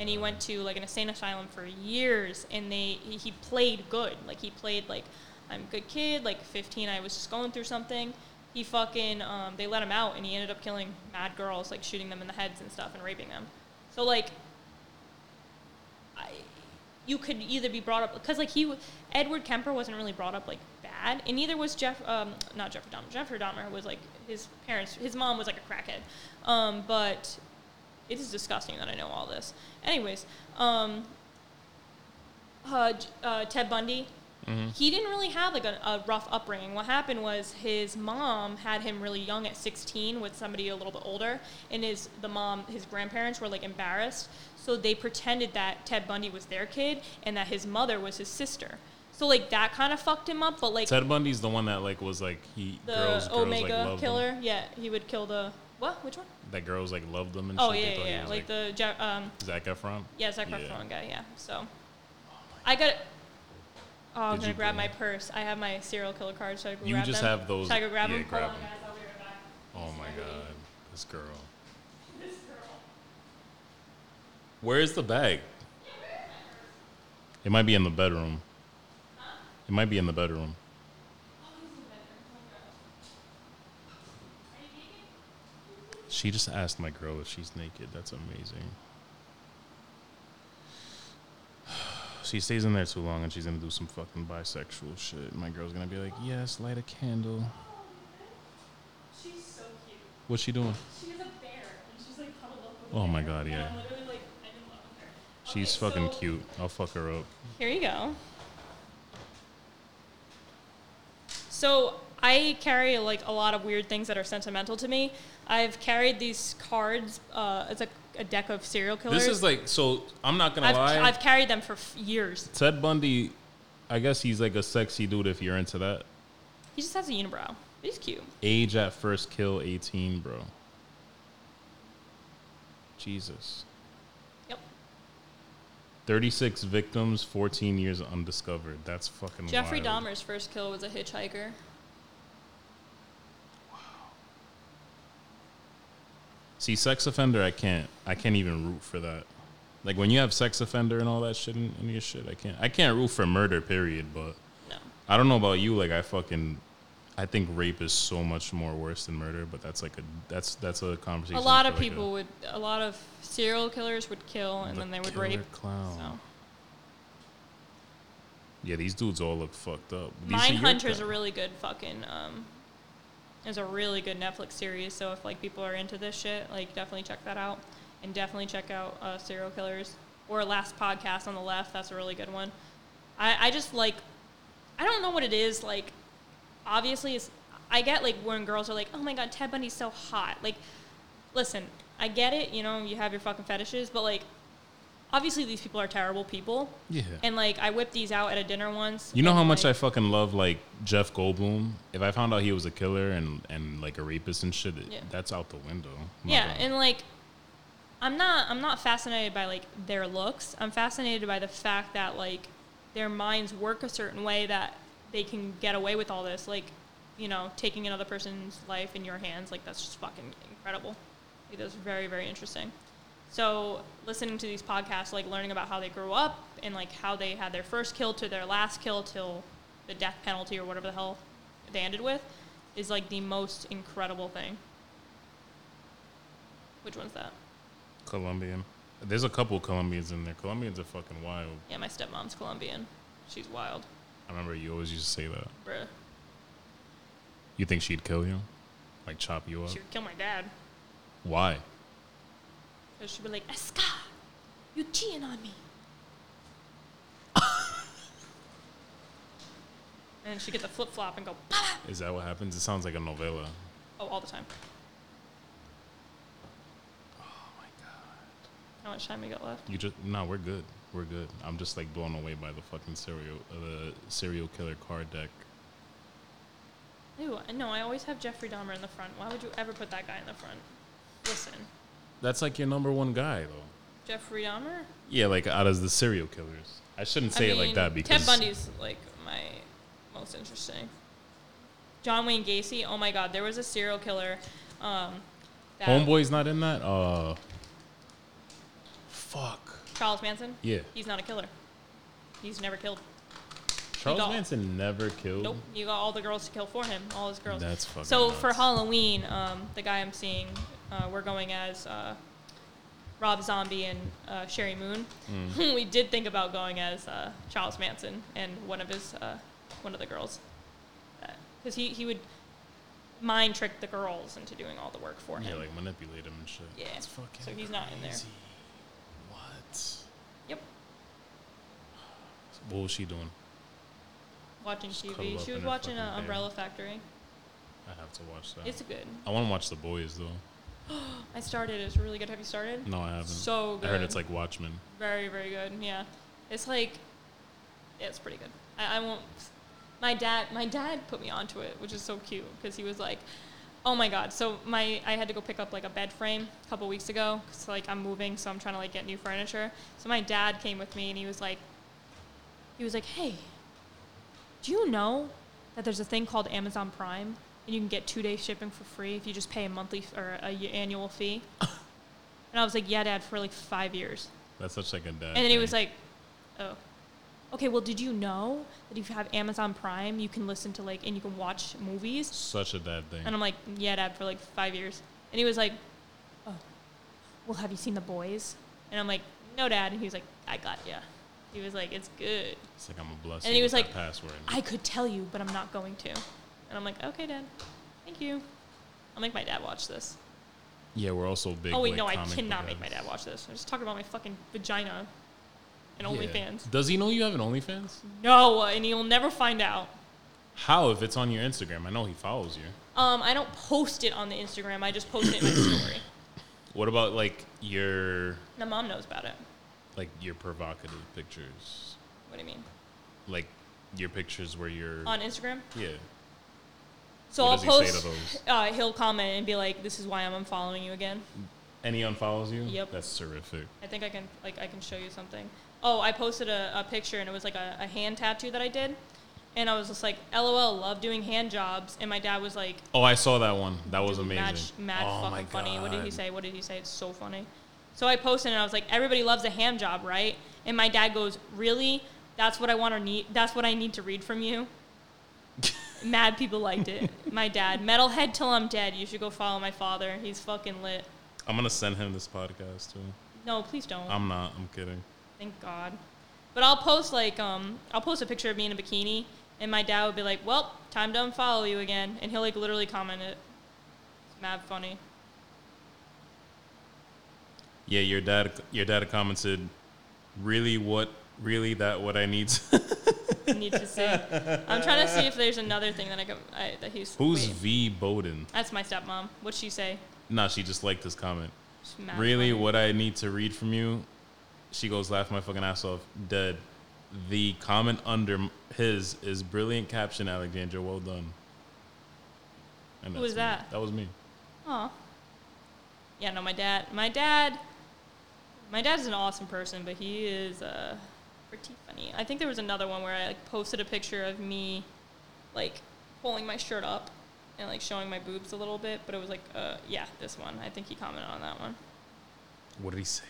Speaker 2: and he went to like an insane asylum for years. And they he, he played good, like he played like I'm a good kid. Like 15, I was just going through something. He fucking um, they let him out, and he ended up killing mad girls, like shooting them in the heads and stuff, and raping them. So like I, you could either be brought up because like he w- Edward Kemper wasn't really brought up like bad, and neither was Jeff. Um, not Jeffrey Dahmer. Jeffrey Dahmer was like his parents. His mom was like a crackhead, um, but it is disgusting that I know all this. Anyways, um, uh, J- uh, Ted Bundy.
Speaker 1: Mm-hmm.
Speaker 2: He didn't really have like a, a rough upbringing. What happened was his mom had him really young at 16 with somebody a little bit older, and his the mom his grandparents were like embarrassed, so they pretended that Ted Bundy was their kid and that his mother was his sister. So like that kind of fucked him up. But like
Speaker 1: Ted Bundy's the one that like was like he
Speaker 2: the
Speaker 1: girls girls like
Speaker 2: Omega
Speaker 1: loved
Speaker 2: killer,
Speaker 1: him.
Speaker 2: yeah, he would kill the what? Which one?
Speaker 1: That girls like loved them and
Speaker 2: Oh
Speaker 1: shit.
Speaker 2: yeah,
Speaker 1: They
Speaker 2: yeah,
Speaker 1: thought he
Speaker 2: yeah.
Speaker 1: was,
Speaker 2: like the Je- um,
Speaker 1: Zac Efron.
Speaker 2: Yeah, Zach
Speaker 1: Yeah.
Speaker 2: yeah. Efron guy. Yeah. So, I got. Oh, I'm
Speaker 1: Did
Speaker 2: gonna
Speaker 1: you
Speaker 2: grab
Speaker 1: grab
Speaker 2: my
Speaker 1: it?
Speaker 2: purse. I have my serial killer card. Should I go
Speaker 1: You
Speaker 2: grab
Speaker 1: just
Speaker 2: them?
Speaker 1: have those-
Speaker 2: Should I go grab
Speaker 1: yeah,
Speaker 2: them?
Speaker 1: grab
Speaker 2: Hold on,
Speaker 1: 'em.
Speaker 2: guys. I'll be right back.
Speaker 1: Oh my god, this girl. Where is the bag? It might be in the bedroom. It might be in the bedroom.
Speaker 2: Oh, he's in bed.
Speaker 1: She just asked my girl if she's naked. That's amazing. She stays in there too long and she's gonna do some fucking bisexual shit. My girl's gonna be like, yes, light a candle.
Speaker 2: She's so cute.
Speaker 1: What's she doing?
Speaker 2: She has a bear, and she's like cuddled up with
Speaker 1: Oh my god, yeah.
Speaker 2: literally like, I'm in love with her.
Speaker 1: She's fucking cute. I'll fuck her up.
Speaker 2: Here you go. So I carry like a lot of weird things that are sentimental to me. I've carried these cards. Uh, it's a, a deck of serial killers.
Speaker 1: This is like, so I'm not gonna
Speaker 2: I've,
Speaker 1: lie.
Speaker 2: I've carried them for f- years.
Speaker 1: Ted Bundy, I guess he's like a sexy dude if you're into that.
Speaker 2: He just has a unibrow. He's cute.
Speaker 1: Age at first kill 18, bro. Jesus.
Speaker 2: Yep.
Speaker 1: 36 victims, 14 years undiscovered. That's fucking
Speaker 2: Jeffrey
Speaker 1: wild.
Speaker 2: Dahmer's first kill was a hitchhiker.
Speaker 1: See, sex offender, I can't. I can't even root for that. Like when you have sex offender and all that shit in, in your shit, I can't. I can't root for murder, period. But
Speaker 2: No.
Speaker 1: I don't know about you. Like I fucking, I think rape is so much more worse than murder. But that's like a that's that's a conversation.
Speaker 2: A lot
Speaker 1: for,
Speaker 2: of
Speaker 1: like, a-
Speaker 2: people would, a lot of serial killers would kill and
Speaker 1: The
Speaker 2: then they would
Speaker 1: killer
Speaker 2: rape.
Speaker 1: clown.
Speaker 2: So.
Speaker 1: yeah, these dudes all look fucked up. These are your
Speaker 2: Mindhunter is
Speaker 1: type.
Speaker 2: a really good fucking um, is a really good Netflix series. So if like people are into this shit, like definitely check that out, and definitely check out uh, Serial Killers or Last Podcast on the Left. That's a really good one. I, I just like, I don't know what it is. Like, obviously, it's, I get like when girls are like, oh my god, Ted Bundy's so hot. Like, listen, I get it. You know, you have your fucking fetishes, but like. Obviously, these people are terrible people.
Speaker 1: Yeah.
Speaker 2: And like, I whipped these out at a dinner once.
Speaker 1: You know
Speaker 2: and,
Speaker 1: how much
Speaker 2: like-
Speaker 1: I fucking love like Jeff Goldblum. If I found out he was a killer and and like a rapist and shit,
Speaker 2: Yeah.
Speaker 1: that's out the window. I'm not
Speaker 2: Yeah,
Speaker 1: gonna-
Speaker 2: and like I'm not I'm not fascinated by like their looks. I'm fascinated by the fact that like their minds work a certain way that they can get away with all this. Like, you know, taking another person's life in your hands, like that's just fucking incredible. Like, that's very, very interesting. So listening to these podcasts, like learning about how they grew up and like how they had their first kill to their last kill till the death penalty or whatever the hell they ended with is like the most incredible thing. Which one's that?
Speaker 1: Colombian. There's a couple Colombians in there. Colombians are fucking wild.
Speaker 2: Yeah, my stepmom's Colombian. She's wild,
Speaker 1: I remember you always used to say that.
Speaker 2: bruh.
Speaker 1: You think she'd kill you? Like chop you up?
Speaker 2: She would kill my dad.
Speaker 1: Why?
Speaker 2: So she'd be like, "Eh," Eska, you cheating on me. and she'd get the flip flop and go, "Bah!"
Speaker 1: Is that what happens? It sounds like a novella.
Speaker 2: oh, all the time.
Speaker 1: Oh
Speaker 2: How much time we got left?
Speaker 1: You just no, we're good. We're good. I'm just like blown away by the fucking serial uh, the serial killer card deck.
Speaker 2: Ew, no, I always have Jeffrey Dahmer in the front. Why would you ever put that guy in the front? Listen,
Speaker 1: That's like your number one guy though.
Speaker 2: Jeffrey Dahmer?
Speaker 1: Yeah, like out of the serial killers. I shouldn't say it like that because
Speaker 2: Ted Bundy's like my most interesting. John Wayne Gacy. Oh my God, there was a serial killer. Um, that
Speaker 1: Homeboy's not in that? Uh fuck.
Speaker 2: Charles Manson.
Speaker 1: Yeah.
Speaker 2: He's not a killer. He's never killed.
Speaker 1: Charles
Speaker 2: got-
Speaker 1: Manson never killed.
Speaker 2: Nope. You got all the girls to kill for him. All his girls.
Speaker 1: That's fucking
Speaker 2: So for
Speaker 1: nuts.
Speaker 2: Halloween, um, the guy I'm seeing, uh, we're going as uh, Rob Zombie and uh, Sherry Moon.
Speaker 1: Mm.
Speaker 2: we did think about going as uh, Charles Manson and one of his uh, one of the girls, because he he would mind trick the girls into doing all the work for
Speaker 1: Yeah,
Speaker 2: him.
Speaker 1: like manipulate him and shit.
Speaker 2: Yeah.
Speaker 1: It's fucking
Speaker 2: So he's not in there.
Speaker 1: crazy. What?
Speaker 2: Yep.
Speaker 1: What was she doing?
Speaker 2: Watching
Speaker 1: cuddle
Speaker 2: TV.
Speaker 1: up
Speaker 2: She was
Speaker 1: in her
Speaker 2: watching
Speaker 1: fucking
Speaker 2: uh,
Speaker 1: bed.
Speaker 2: Umbrella Factory.
Speaker 1: I have to watch that.
Speaker 2: It's good.
Speaker 1: I want to watch The Boys though.
Speaker 2: I started. It's really good. Have you started?
Speaker 1: No, I haven't.
Speaker 2: So
Speaker 1: I heard
Speaker 2: good.
Speaker 1: it's like Watchmen.
Speaker 2: Very, very good. Yeah, it's like, yeah, it's pretty good. I, I won't. My dad, my dad put me onto it, which is so cute because he was like, "Oh my god!" So my, I had to go pick up like a bed frame a couple weeks ago because like I'm moving, so I'm trying to like get new furniture. So my dad came with me and he was like, he was like, "Hey, do you know that there's a thing called Amazon Prime?" And you can get two day shipping for free if you just pay a monthly f- or a y- annual fee. and I was like, "Yeah, Dad, for like five years."
Speaker 1: That's such like a dad.
Speaker 2: And then he was like, "Oh, okay. Well, did you know that if you have Amazon Prime, you can listen to like and you can watch movies?"
Speaker 1: such a dad thing.
Speaker 2: And I'm like, "Yeah, Dad, for like five years." And he was like, well, have you seen The Boys? And I'm like, no, Dad. And he was like, I got ya. He was like, it's good.
Speaker 1: It's like I'm a blessing.
Speaker 2: And he was like,
Speaker 1: password.
Speaker 2: I could tell you, but I'm not going to. And I'm like, okay, Dad. Thank you. I'll make my dad watch this.
Speaker 1: yeah, we're also big.
Speaker 2: oh, wait,
Speaker 1: like,
Speaker 2: no, I
Speaker 1: comic book
Speaker 2: cannot make my
Speaker 1: heads.
Speaker 2: dad watch this. I'm just talking about my fucking vagina and
Speaker 1: Yeah.
Speaker 2: OnlyFans.
Speaker 1: Does he know you have an OnlyFans?
Speaker 2: No, and he'll never find out.
Speaker 1: How if it's on your Instagram? I know he follows you.
Speaker 2: Um, I don't post it on the Instagram. I just post it in my story.
Speaker 1: What about like your
Speaker 2: My mom knows about it.
Speaker 1: like your provocative pictures?
Speaker 2: What do you mean?
Speaker 1: Like your pictures where you're
Speaker 2: On Instagram?
Speaker 1: yeah.
Speaker 2: So
Speaker 1: What
Speaker 2: I'll
Speaker 1: does he
Speaker 2: post.
Speaker 1: say to those?
Speaker 2: Uh, he'll comment and be like, "This is why I'm unfollowing you again."
Speaker 1: And he unfollows you.
Speaker 2: Yep.
Speaker 1: That's terrific.
Speaker 2: I think I can like I can show you something. Oh, I posted a, a picture and it was like a, a hand tattoo that I did, and I was just like, "LOL, love doing hand jobs." And my dad was like,
Speaker 1: Oh, I saw that one. That was
Speaker 2: dude,
Speaker 1: amazing.
Speaker 2: Mad, mad
Speaker 1: oh my
Speaker 2: fucking funny. What did he
Speaker 1: God.
Speaker 2: say? What did he say? It's so funny. So I posted and I was like, everybody loves a ham job, right? And my dad goes, really? That's what I want to need. That's what I need to read from you. Mad people liked it. My dad, metalhead till I'm dead. You should go follow my father. He's fucking lit.
Speaker 1: I'm gonna send him this podcast too.
Speaker 2: No, please don't.
Speaker 1: I'm not. I'm kidding.
Speaker 2: Thank God. But I'll post like um, I'll post a picture of me in a bikini, and my dad would be like, "Well, time to unfollow you again," and he'll like literally comment it. It's mad funny.
Speaker 1: Yeah, your dad. Your dad commented, "Really, what? Really, that what I need?"
Speaker 2: need to see. I'm trying to see if there's another thing that I could I, that he's.
Speaker 1: Who's
Speaker 2: wait.
Speaker 1: V Bowden?
Speaker 2: That's my stepmom. What'd she say?
Speaker 1: Nah, she just liked this comment.
Speaker 2: She's mad
Speaker 1: really,
Speaker 2: funny.
Speaker 1: what I need to read from you? She goes, laugh my fucking ass off. Dead. The comment under his is brilliant caption, Alexandra. Well done. And
Speaker 2: Who
Speaker 1: that's
Speaker 2: was
Speaker 1: me.
Speaker 2: that?
Speaker 1: That was me.
Speaker 2: Aw. Yeah, no, my dad. My dad. My dad's an awesome person, but he is uh, pretty funny. I think there was another one where I like posted a picture of me, like pulling my shirt up and like showing my boobs a little bit, but it was like, uh, yeah, this one. I think he commented on that one.
Speaker 1: What did he say?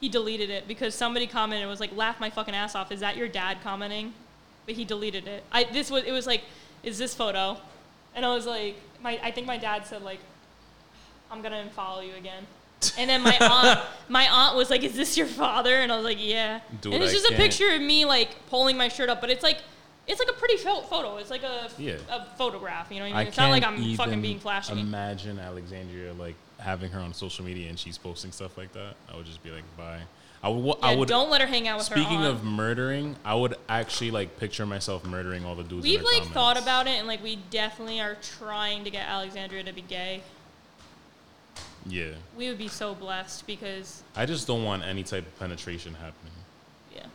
Speaker 2: He deleted it because somebody commented and was like, "Laugh my fucking ass off." Is that your dad commenting? But he deleted it. I this was it was like, "Is this photo?" And I was like, "My I think my dad said like, I'm gonna unfollow you again." And then my aunt my aunt was like, "Is this your father?" And I was like, "Yeah."
Speaker 1: Do
Speaker 2: and
Speaker 1: what
Speaker 2: it's
Speaker 1: I
Speaker 2: just
Speaker 1: can.
Speaker 2: a picture of me like pulling my shirt up, but it's like. It's like a pretty pho- photo. It's like a,
Speaker 1: Yeah.
Speaker 2: a photograph. You know what I mean? Mm-hmm. it's not like I'm fucking being flashy.
Speaker 1: Imagine Alexandria like having her on social media and she's posting stuff like that. I would just be like, bye. I would.
Speaker 2: yeah,
Speaker 1: I would.
Speaker 2: don't let her hang out with her.
Speaker 1: Speaking
Speaker 2: aunt.
Speaker 1: of murdering, I would actually like picture myself murdering all the dudes. in
Speaker 2: We've
Speaker 1: their
Speaker 2: like
Speaker 1: comments.
Speaker 2: thought about it, and like we definitely are trying to get Alexandria to be gay.
Speaker 1: Yeah,
Speaker 2: We would be so blessed because,
Speaker 1: I just don't want any type of penetration happening.
Speaker 2: yeah.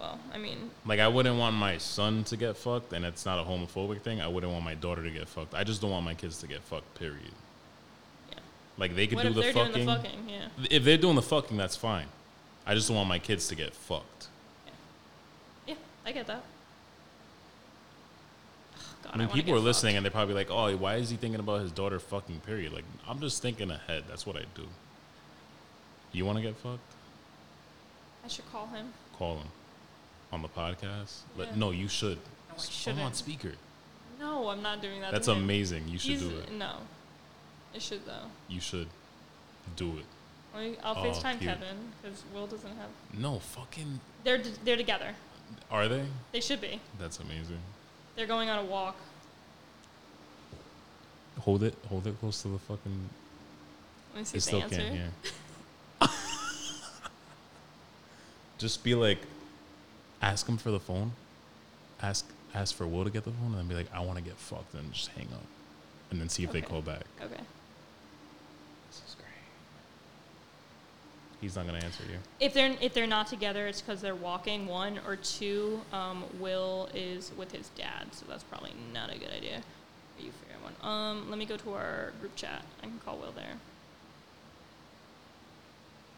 Speaker 2: Well, I mean,
Speaker 1: Like, I wouldn't want my son to get fucked, and it's not a homophobic thing. I wouldn't want my daughter to get fucked. I just don't want my kids to get fucked. Period.
Speaker 2: yeah.
Speaker 1: Like they could
Speaker 2: What
Speaker 1: do
Speaker 2: if
Speaker 1: the
Speaker 2: they're
Speaker 1: fucking.
Speaker 2: doing the fucking? Yeah.
Speaker 1: If they're doing the fucking, that's fine. I just don't want my kids to get fucked.
Speaker 2: Yeah, I get that. God,
Speaker 1: I mean,
Speaker 2: wanna
Speaker 1: people
Speaker 2: get
Speaker 1: are
Speaker 2: fucked.
Speaker 1: listening and they're probably like, "Oh, why is he thinking about his daughter fucking?" Period. Like, I'm just thinking ahead. That's what I do. You want to get fucked?
Speaker 2: I should call him.
Speaker 1: Call him on the podcast.
Speaker 2: Yeah.
Speaker 1: Let, no, you should.
Speaker 2: I
Speaker 1: Just put him on
Speaker 2: shouldn't.
Speaker 1: speaker.
Speaker 2: No, I'm not doing that. to
Speaker 1: That's
Speaker 2: him.
Speaker 1: amazing. You should
Speaker 2: He's-
Speaker 1: do it.
Speaker 2: No, I should though.
Speaker 1: You should do it.
Speaker 2: Let me- I'll
Speaker 1: Oh,
Speaker 2: FaceTime
Speaker 1: cute.
Speaker 2: Kevin because Will doesn't have.
Speaker 1: No, fucking.
Speaker 2: They're they're together.
Speaker 1: Are they?
Speaker 2: They should be.
Speaker 1: That's amazing.
Speaker 2: They're going on a walk.
Speaker 1: Hold it. Hold it close to the fucking.
Speaker 2: Let me see
Speaker 1: It
Speaker 2: if they
Speaker 1: still
Speaker 2: answer.
Speaker 1: can't hear. Just be like, ask him for the phone. Ask ask for Will to get the phone, and then be like, I want to get fucked, and just hang up, and then see if they
Speaker 2: Okay.
Speaker 1: call back.
Speaker 2: Okay.
Speaker 1: This is great. He's not gonna answer you.
Speaker 2: If they're if they're not together, it's because they're walking. One or two. Um, Will is with his dad, so that's probably not a good idea. Are you figure one? Um, let me go to our group chat. I can call Will there.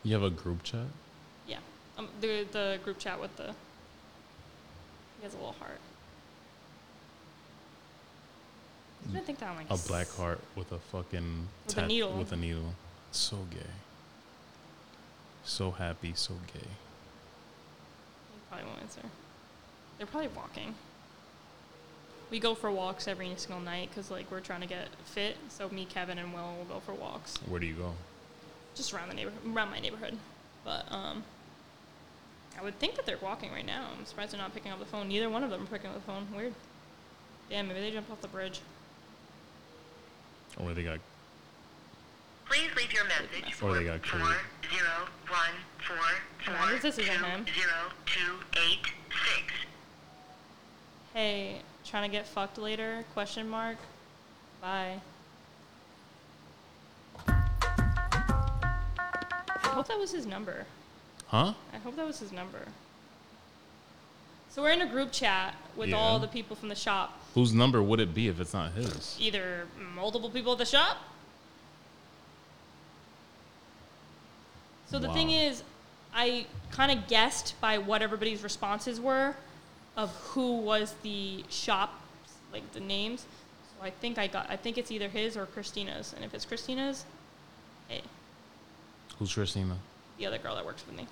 Speaker 1: You have a group chat.
Speaker 2: Yeah, um, the the group chat with the. He has a little heart. I didn't think that one.
Speaker 1: A black heart with a fucking
Speaker 2: With a
Speaker 1: tat-
Speaker 2: needle.
Speaker 1: With a needle. So gay. So happy. So gay.
Speaker 2: He probably won't answer. They're probably walking. We go for walks every single night because like we're trying to get fit. So me, Kevin, and Will will go for walks
Speaker 1: Where do you go?
Speaker 2: just around the neighborhood, around my neighborhood. But um, I would think that they're walking right now. I'm surprised they're not picking up the phone. Neither one of them are picking up the phone. Weird. Damn, maybe they jumped off the bridge.
Speaker 1: Or where they got
Speaker 4: Please leave your message
Speaker 1: Or
Speaker 4: for
Speaker 1: Oh, they got
Speaker 4: four
Speaker 1: killed.
Speaker 4: zero one four
Speaker 2: Come
Speaker 4: four
Speaker 2: on, this
Speaker 4: two
Speaker 2: isn't him.
Speaker 4: zero two eight six.
Speaker 2: Hey, trying to get fucked later? Question mark. Bye. I hope that was his number.
Speaker 1: Huh?
Speaker 2: I hope that was his number. So we're in a group chat with
Speaker 1: Yeah.
Speaker 2: all the people from the shop.
Speaker 1: Whose number would it be if it's not his?
Speaker 2: Either multiple people at the shop. So the thing
Speaker 1: Wow.
Speaker 2: is, I kind of guessed by what everybody's responses were of who was the shop, like the names. So I think I got. I think it's either his or Christina's. And if it's Christina's, hey,
Speaker 1: Who's Christina?
Speaker 2: the other girl that works with me,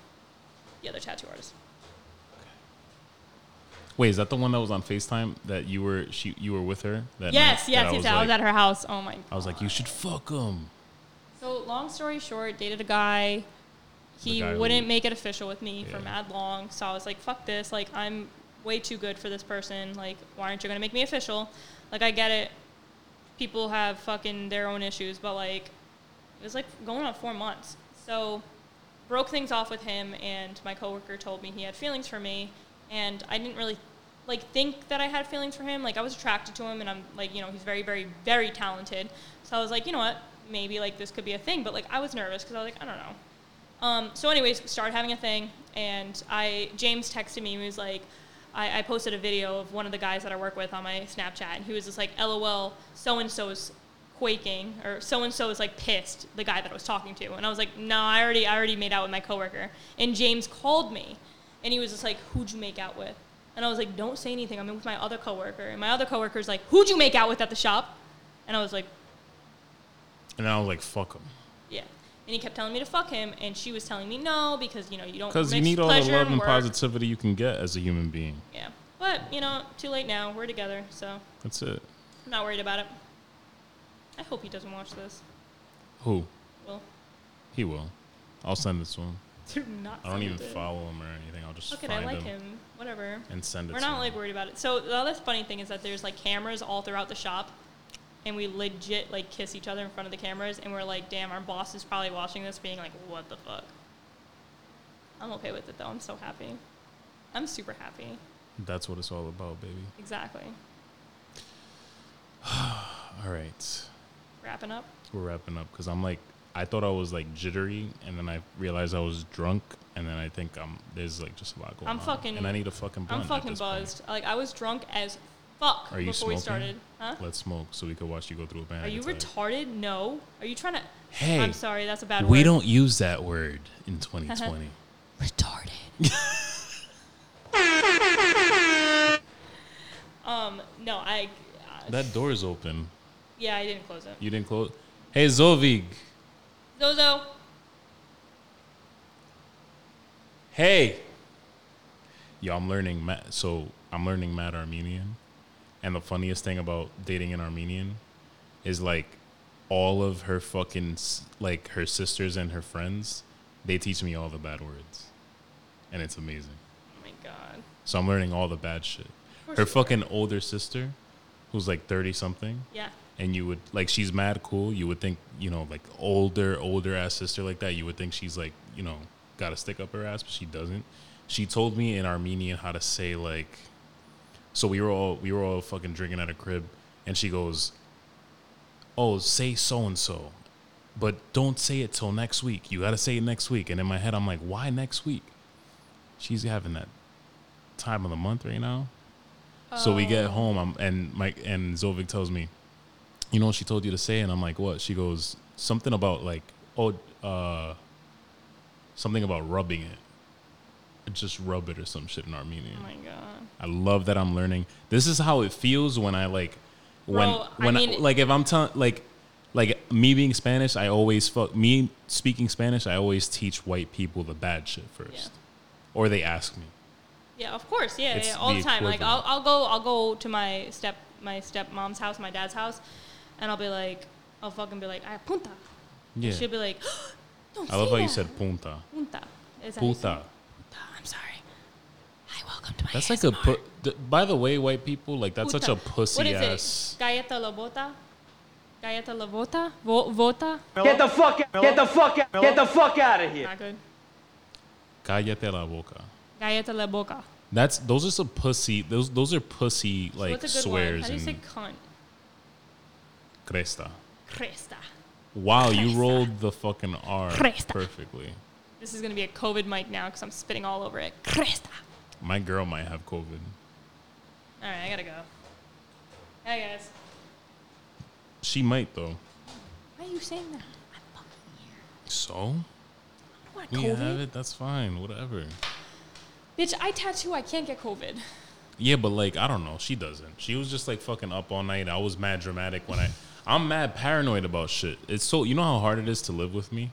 Speaker 2: the other tattoo artist.
Speaker 1: Wait, is that the one that was on FaceTime that you were she you were with her? That
Speaker 2: Yes,
Speaker 1: night? That
Speaker 2: yes, yes.
Speaker 1: was
Speaker 2: I was
Speaker 1: like- uh,
Speaker 2: at her house. Oh my.
Speaker 1: I was like, you should fuck him.
Speaker 2: So long story short, dated a guy. He
Speaker 1: guy who-
Speaker 2: wouldn't make it official with me for
Speaker 1: Yeah.
Speaker 2: mad long. So I was like, fuck this. Like I'm way too good for this person. Like why aren't you gonna make me official? Like I get it. People have fucking their own issues, but like it was like going on four months. So broke things off with him and my coworker told me he had feelings for me and I didn't really like think that I had feelings for him. Like I was attracted to him and I'm like, you know, he's very, very, very talented. So I was like, you know what, maybe like this could be a thing. But like I was nervous because I was like, I don't know. Um, so, anyways, we started having a thing, and I James texted me and he was like, I, I posted a video of one of the guys that I work with on my Snapchat, and he was just like, "LOL, so and so's quaking, or so and so is like pissed." The guy that I was talking to, and I was like, "No, I already, I already made out with my coworker." And James called me, and he was just like, "Who'd you make out with?" And I was like, "Don't say anything. I'm in with my other coworker." And my other coworker's like, "Who'd you make out with at the shop?" And I was like,
Speaker 1: And I was like, fuck him.
Speaker 2: yeah. And he kept telling me to fuck him, and she was telling me no because you know you don't.
Speaker 1: Because you
Speaker 2: mix
Speaker 1: need all the
Speaker 2: pleasure
Speaker 1: love and
Speaker 2: work.
Speaker 1: positivity you can get as a human being.
Speaker 2: Yeah, but you know, too late now. We're together, so
Speaker 1: That's it.
Speaker 2: I'm not worried about it. I hope he doesn't watch this.
Speaker 1: Who?
Speaker 2: Well,
Speaker 1: He will. I'll send this one.
Speaker 2: do not.
Speaker 1: I don't
Speaker 2: send
Speaker 1: even
Speaker 2: it.
Speaker 1: follow him or anything. I'll just
Speaker 2: Okay, I
Speaker 1: find
Speaker 2: like
Speaker 1: him,
Speaker 2: him. Whatever.
Speaker 1: and send it
Speaker 2: We're
Speaker 1: to
Speaker 2: not
Speaker 1: him.
Speaker 2: like worried about it. So the other funny thing is that there's like cameras all throughout the shop, and we legit like kiss each other in front of the cameras, and we're like, damn, our boss is probably watching this, being like, what the fuck. I'm okay with it though. I'm so happy. I'm super happy.
Speaker 1: That's what it's all about, baby.
Speaker 2: Exactly.
Speaker 1: All right.
Speaker 2: Wrapping up.
Speaker 1: We're wrapping up because I'm like, I thought I was like jittery, and then I realized I was drunk, and then I think I'm there's like just a lot going
Speaker 2: I'm
Speaker 1: on.
Speaker 2: fucking-
Speaker 1: and I need a fucking. Blunt
Speaker 2: I'm
Speaker 1: at
Speaker 2: fucking
Speaker 1: this point.
Speaker 2: buzzed. Like I was drunk as fuck
Speaker 1: Are you
Speaker 2: before we
Speaker 1: smoking?
Speaker 2: started. Huh?
Speaker 1: Let's smoke so we could watch you go through a band.
Speaker 2: Are you retarded? No. Are you trying to?
Speaker 1: Hey,
Speaker 2: I'm sorry. That's a bad
Speaker 1: We
Speaker 2: word.
Speaker 1: don't use that word in 2020.
Speaker 2: retarded. um. No. I. Uh,
Speaker 1: that door is open.
Speaker 2: yeah. I didn't close it.
Speaker 1: You didn't close. Hey Zovig.
Speaker 2: Zozo.
Speaker 1: Hey. Yo, I'm learning. Ma- so I'm learning mad Armenian, and the funniest thing about dating an Armenian is like all of her fucking s- like her sisters and her friends. They teach me all the bad words, and it's amazing.
Speaker 2: Oh my god.
Speaker 1: So I'm learning all the bad shit.
Speaker 2: course
Speaker 1: Her
Speaker 2: you are.
Speaker 1: fucking older sister, who's like 30 something,
Speaker 2: Yeah.
Speaker 1: and you would like she's mad cool. You would think, you know, like older, older ass sister like that, you would think she's like, you know, got to stick up her ass, but she doesn't. She told me in Armenian how to say like so we were all we were all fucking drinking at a crib and she goes, "Oh, say so and so." But don't say it till next week. You got to say it next week. And in my head I'm like, "Why next week?" She's having that time of the month right now. So we
Speaker 2: Oh.
Speaker 1: get home, I'm, and Mike and Zovic tells me, you know, what she told you to say, and I'm like, what? She goes something about like, oh, uh, something about rubbing it, just rub it or some shit in Armenian.
Speaker 2: Oh my god.
Speaker 1: I love that I'm learning. This is how it feels when I like when
Speaker 2: Bro, I
Speaker 1: when I
Speaker 2: mean-
Speaker 1: like if I'm telling like like me being Spanish, I always fuck me speaking Spanish. I always teach white people the bad shit first,
Speaker 2: Yeah.
Speaker 1: or they ask me.
Speaker 2: Yeah, of course. Yeah,
Speaker 1: It's
Speaker 2: yeah, all
Speaker 1: the
Speaker 2: the, time. Like I'll,
Speaker 1: equivalent.
Speaker 2: I'll go I'll go to my step my stepmom's house, my dad's house, and I'll be like I'll fucking be like I punta.
Speaker 1: Yeah.
Speaker 2: She'll be like, don't
Speaker 1: I love
Speaker 2: say
Speaker 1: how you
Speaker 2: that.
Speaker 1: said punta.
Speaker 2: punta. Is that how you say
Speaker 1: Punta.
Speaker 2: it? I'm sorry. Hi, welcome to my.
Speaker 1: That's like a
Speaker 2: ASMR.
Speaker 1: pu- th- by the way, white people, like that's such a
Speaker 2: Punta. What
Speaker 1: pussy
Speaker 2: is
Speaker 1: ass.
Speaker 2: it? Galleta la bota. Galleta la bota. Vo- vota.
Speaker 3: Get the fuck out. Get the fuck out. Get the fuck out of here.
Speaker 2: Not good.
Speaker 1: Cállate la boca.
Speaker 2: Galleta la boca.
Speaker 1: That's those are some pussy. Those those are pussy like
Speaker 2: What's a good one?
Speaker 1: swears
Speaker 2: How do you say
Speaker 1: and
Speaker 2: cunt?
Speaker 1: cresta.
Speaker 2: Cresta.
Speaker 1: Wow, you rolled the fucking R
Speaker 2: Cresta.
Speaker 1: perfectly.
Speaker 2: This is gonna be a COVID mic now because I'm spitting all over it. Cresta.
Speaker 1: My girl might have COVID.
Speaker 2: All right, I gotta go. Hi guys.
Speaker 1: She might though.
Speaker 2: Why are you saying that? I'm fucking here.
Speaker 1: So
Speaker 2: I don't want
Speaker 1: we have
Speaker 2: COVID.
Speaker 1: it. That's fine. Whatever.
Speaker 2: Bitch, I tattoo. I can't get COVID.
Speaker 1: Yeah, but like I don't know. She doesn't. She was just like fucking up all night. I was mad dramatic when I. I'm mad paranoid about shit. It's so you know how hard it is to live with me.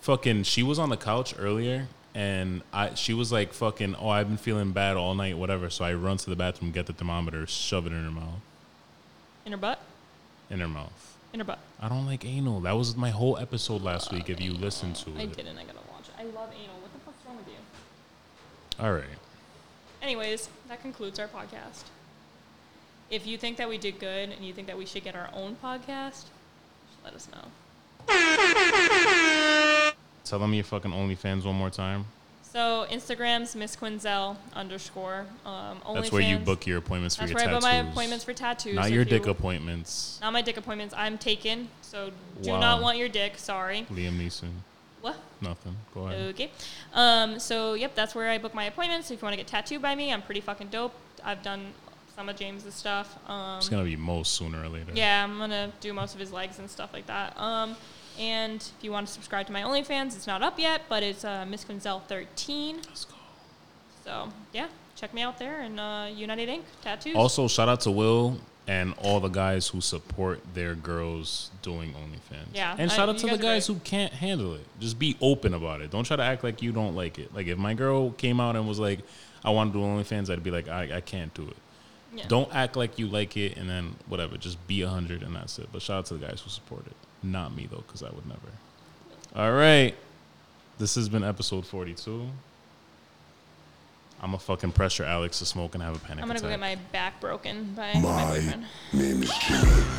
Speaker 1: Fucking, she was on the couch earlier, and I she was like fucking. Oh, I've been feeling bad all night, whatever. So I run to the bathroom, get the thermometer, shove it in her mouth,
Speaker 2: In her butt.
Speaker 1: in her mouth.
Speaker 2: In her butt.
Speaker 1: I don't like anal. That was my whole episode last week. If you listened to it,
Speaker 2: I didn't. I gotta watch it. I love anal. What the fuck's wrong with you?
Speaker 1: All right,
Speaker 2: Anyways, that concludes our podcast. If you think that we did good and you think that we should get our own podcast, just let us know.
Speaker 1: tell them your fucking OnlyFans one more time.
Speaker 2: So Instagram's Miss Quinzel underscore. Um, only
Speaker 1: That's where you book your appointments for
Speaker 2: That's
Speaker 1: your
Speaker 2: where
Speaker 1: tattoos.
Speaker 2: I book my appointments for tattoos.
Speaker 1: Not
Speaker 2: if
Speaker 1: your
Speaker 2: you-
Speaker 1: dick appointments.
Speaker 2: Not my dick appointments. I'm taken, so do
Speaker 1: Wow.
Speaker 2: not want your dick. Sorry.
Speaker 1: Liam Neeson.
Speaker 2: What?
Speaker 1: Nothing. Go ahead.
Speaker 2: Okay. Um, so, yep, that's where I book my appointments. If you want to get tattooed by me, I'm pretty fucking dope. I've done some of James's stuff. Um,
Speaker 1: it's gonna be most sooner or later.
Speaker 2: yeah, I'm going to do most of his legs and stuff like that. Um, and if you want to subscribe to my OnlyFans, it's not up yet, but it's uh, Miss Quinzel 13.
Speaker 1: Let's go.
Speaker 2: So, yeah, check me out there and uh, United Inc. Tattoos.
Speaker 1: Also, shout out to Will and all the guys who support their girls doing OnlyFans.
Speaker 2: Yeah,
Speaker 1: And
Speaker 2: I-
Speaker 1: shout out
Speaker 2: you
Speaker 1: to the
Speaker 2: guys are
Speaker 1: guys
Speaker 2: great.
Speaker 1: who can't handle it. Just be open about it. Don't try to act like you don't like it. Like if my girl came out and was like, "I want to do OnlyFans," I'd be like, "I, I can't do it."
Speaker 2: Yeah.
Speaker 1: Don't act like you like it and then whatever. Just be a hundred and that's it. But shout out to the guys who support it. Not me though, because I would never. All right. This has been episode 42. I'm a fucking pressure Alex to smoke and have a panic
Speaker 2: I'm going to
Speaker 1: attack.
Speaker 2: go get my back broken by my
Speaker 5: My
Speaker 2: boyfriend.
Speaker 5: name is Jimmy.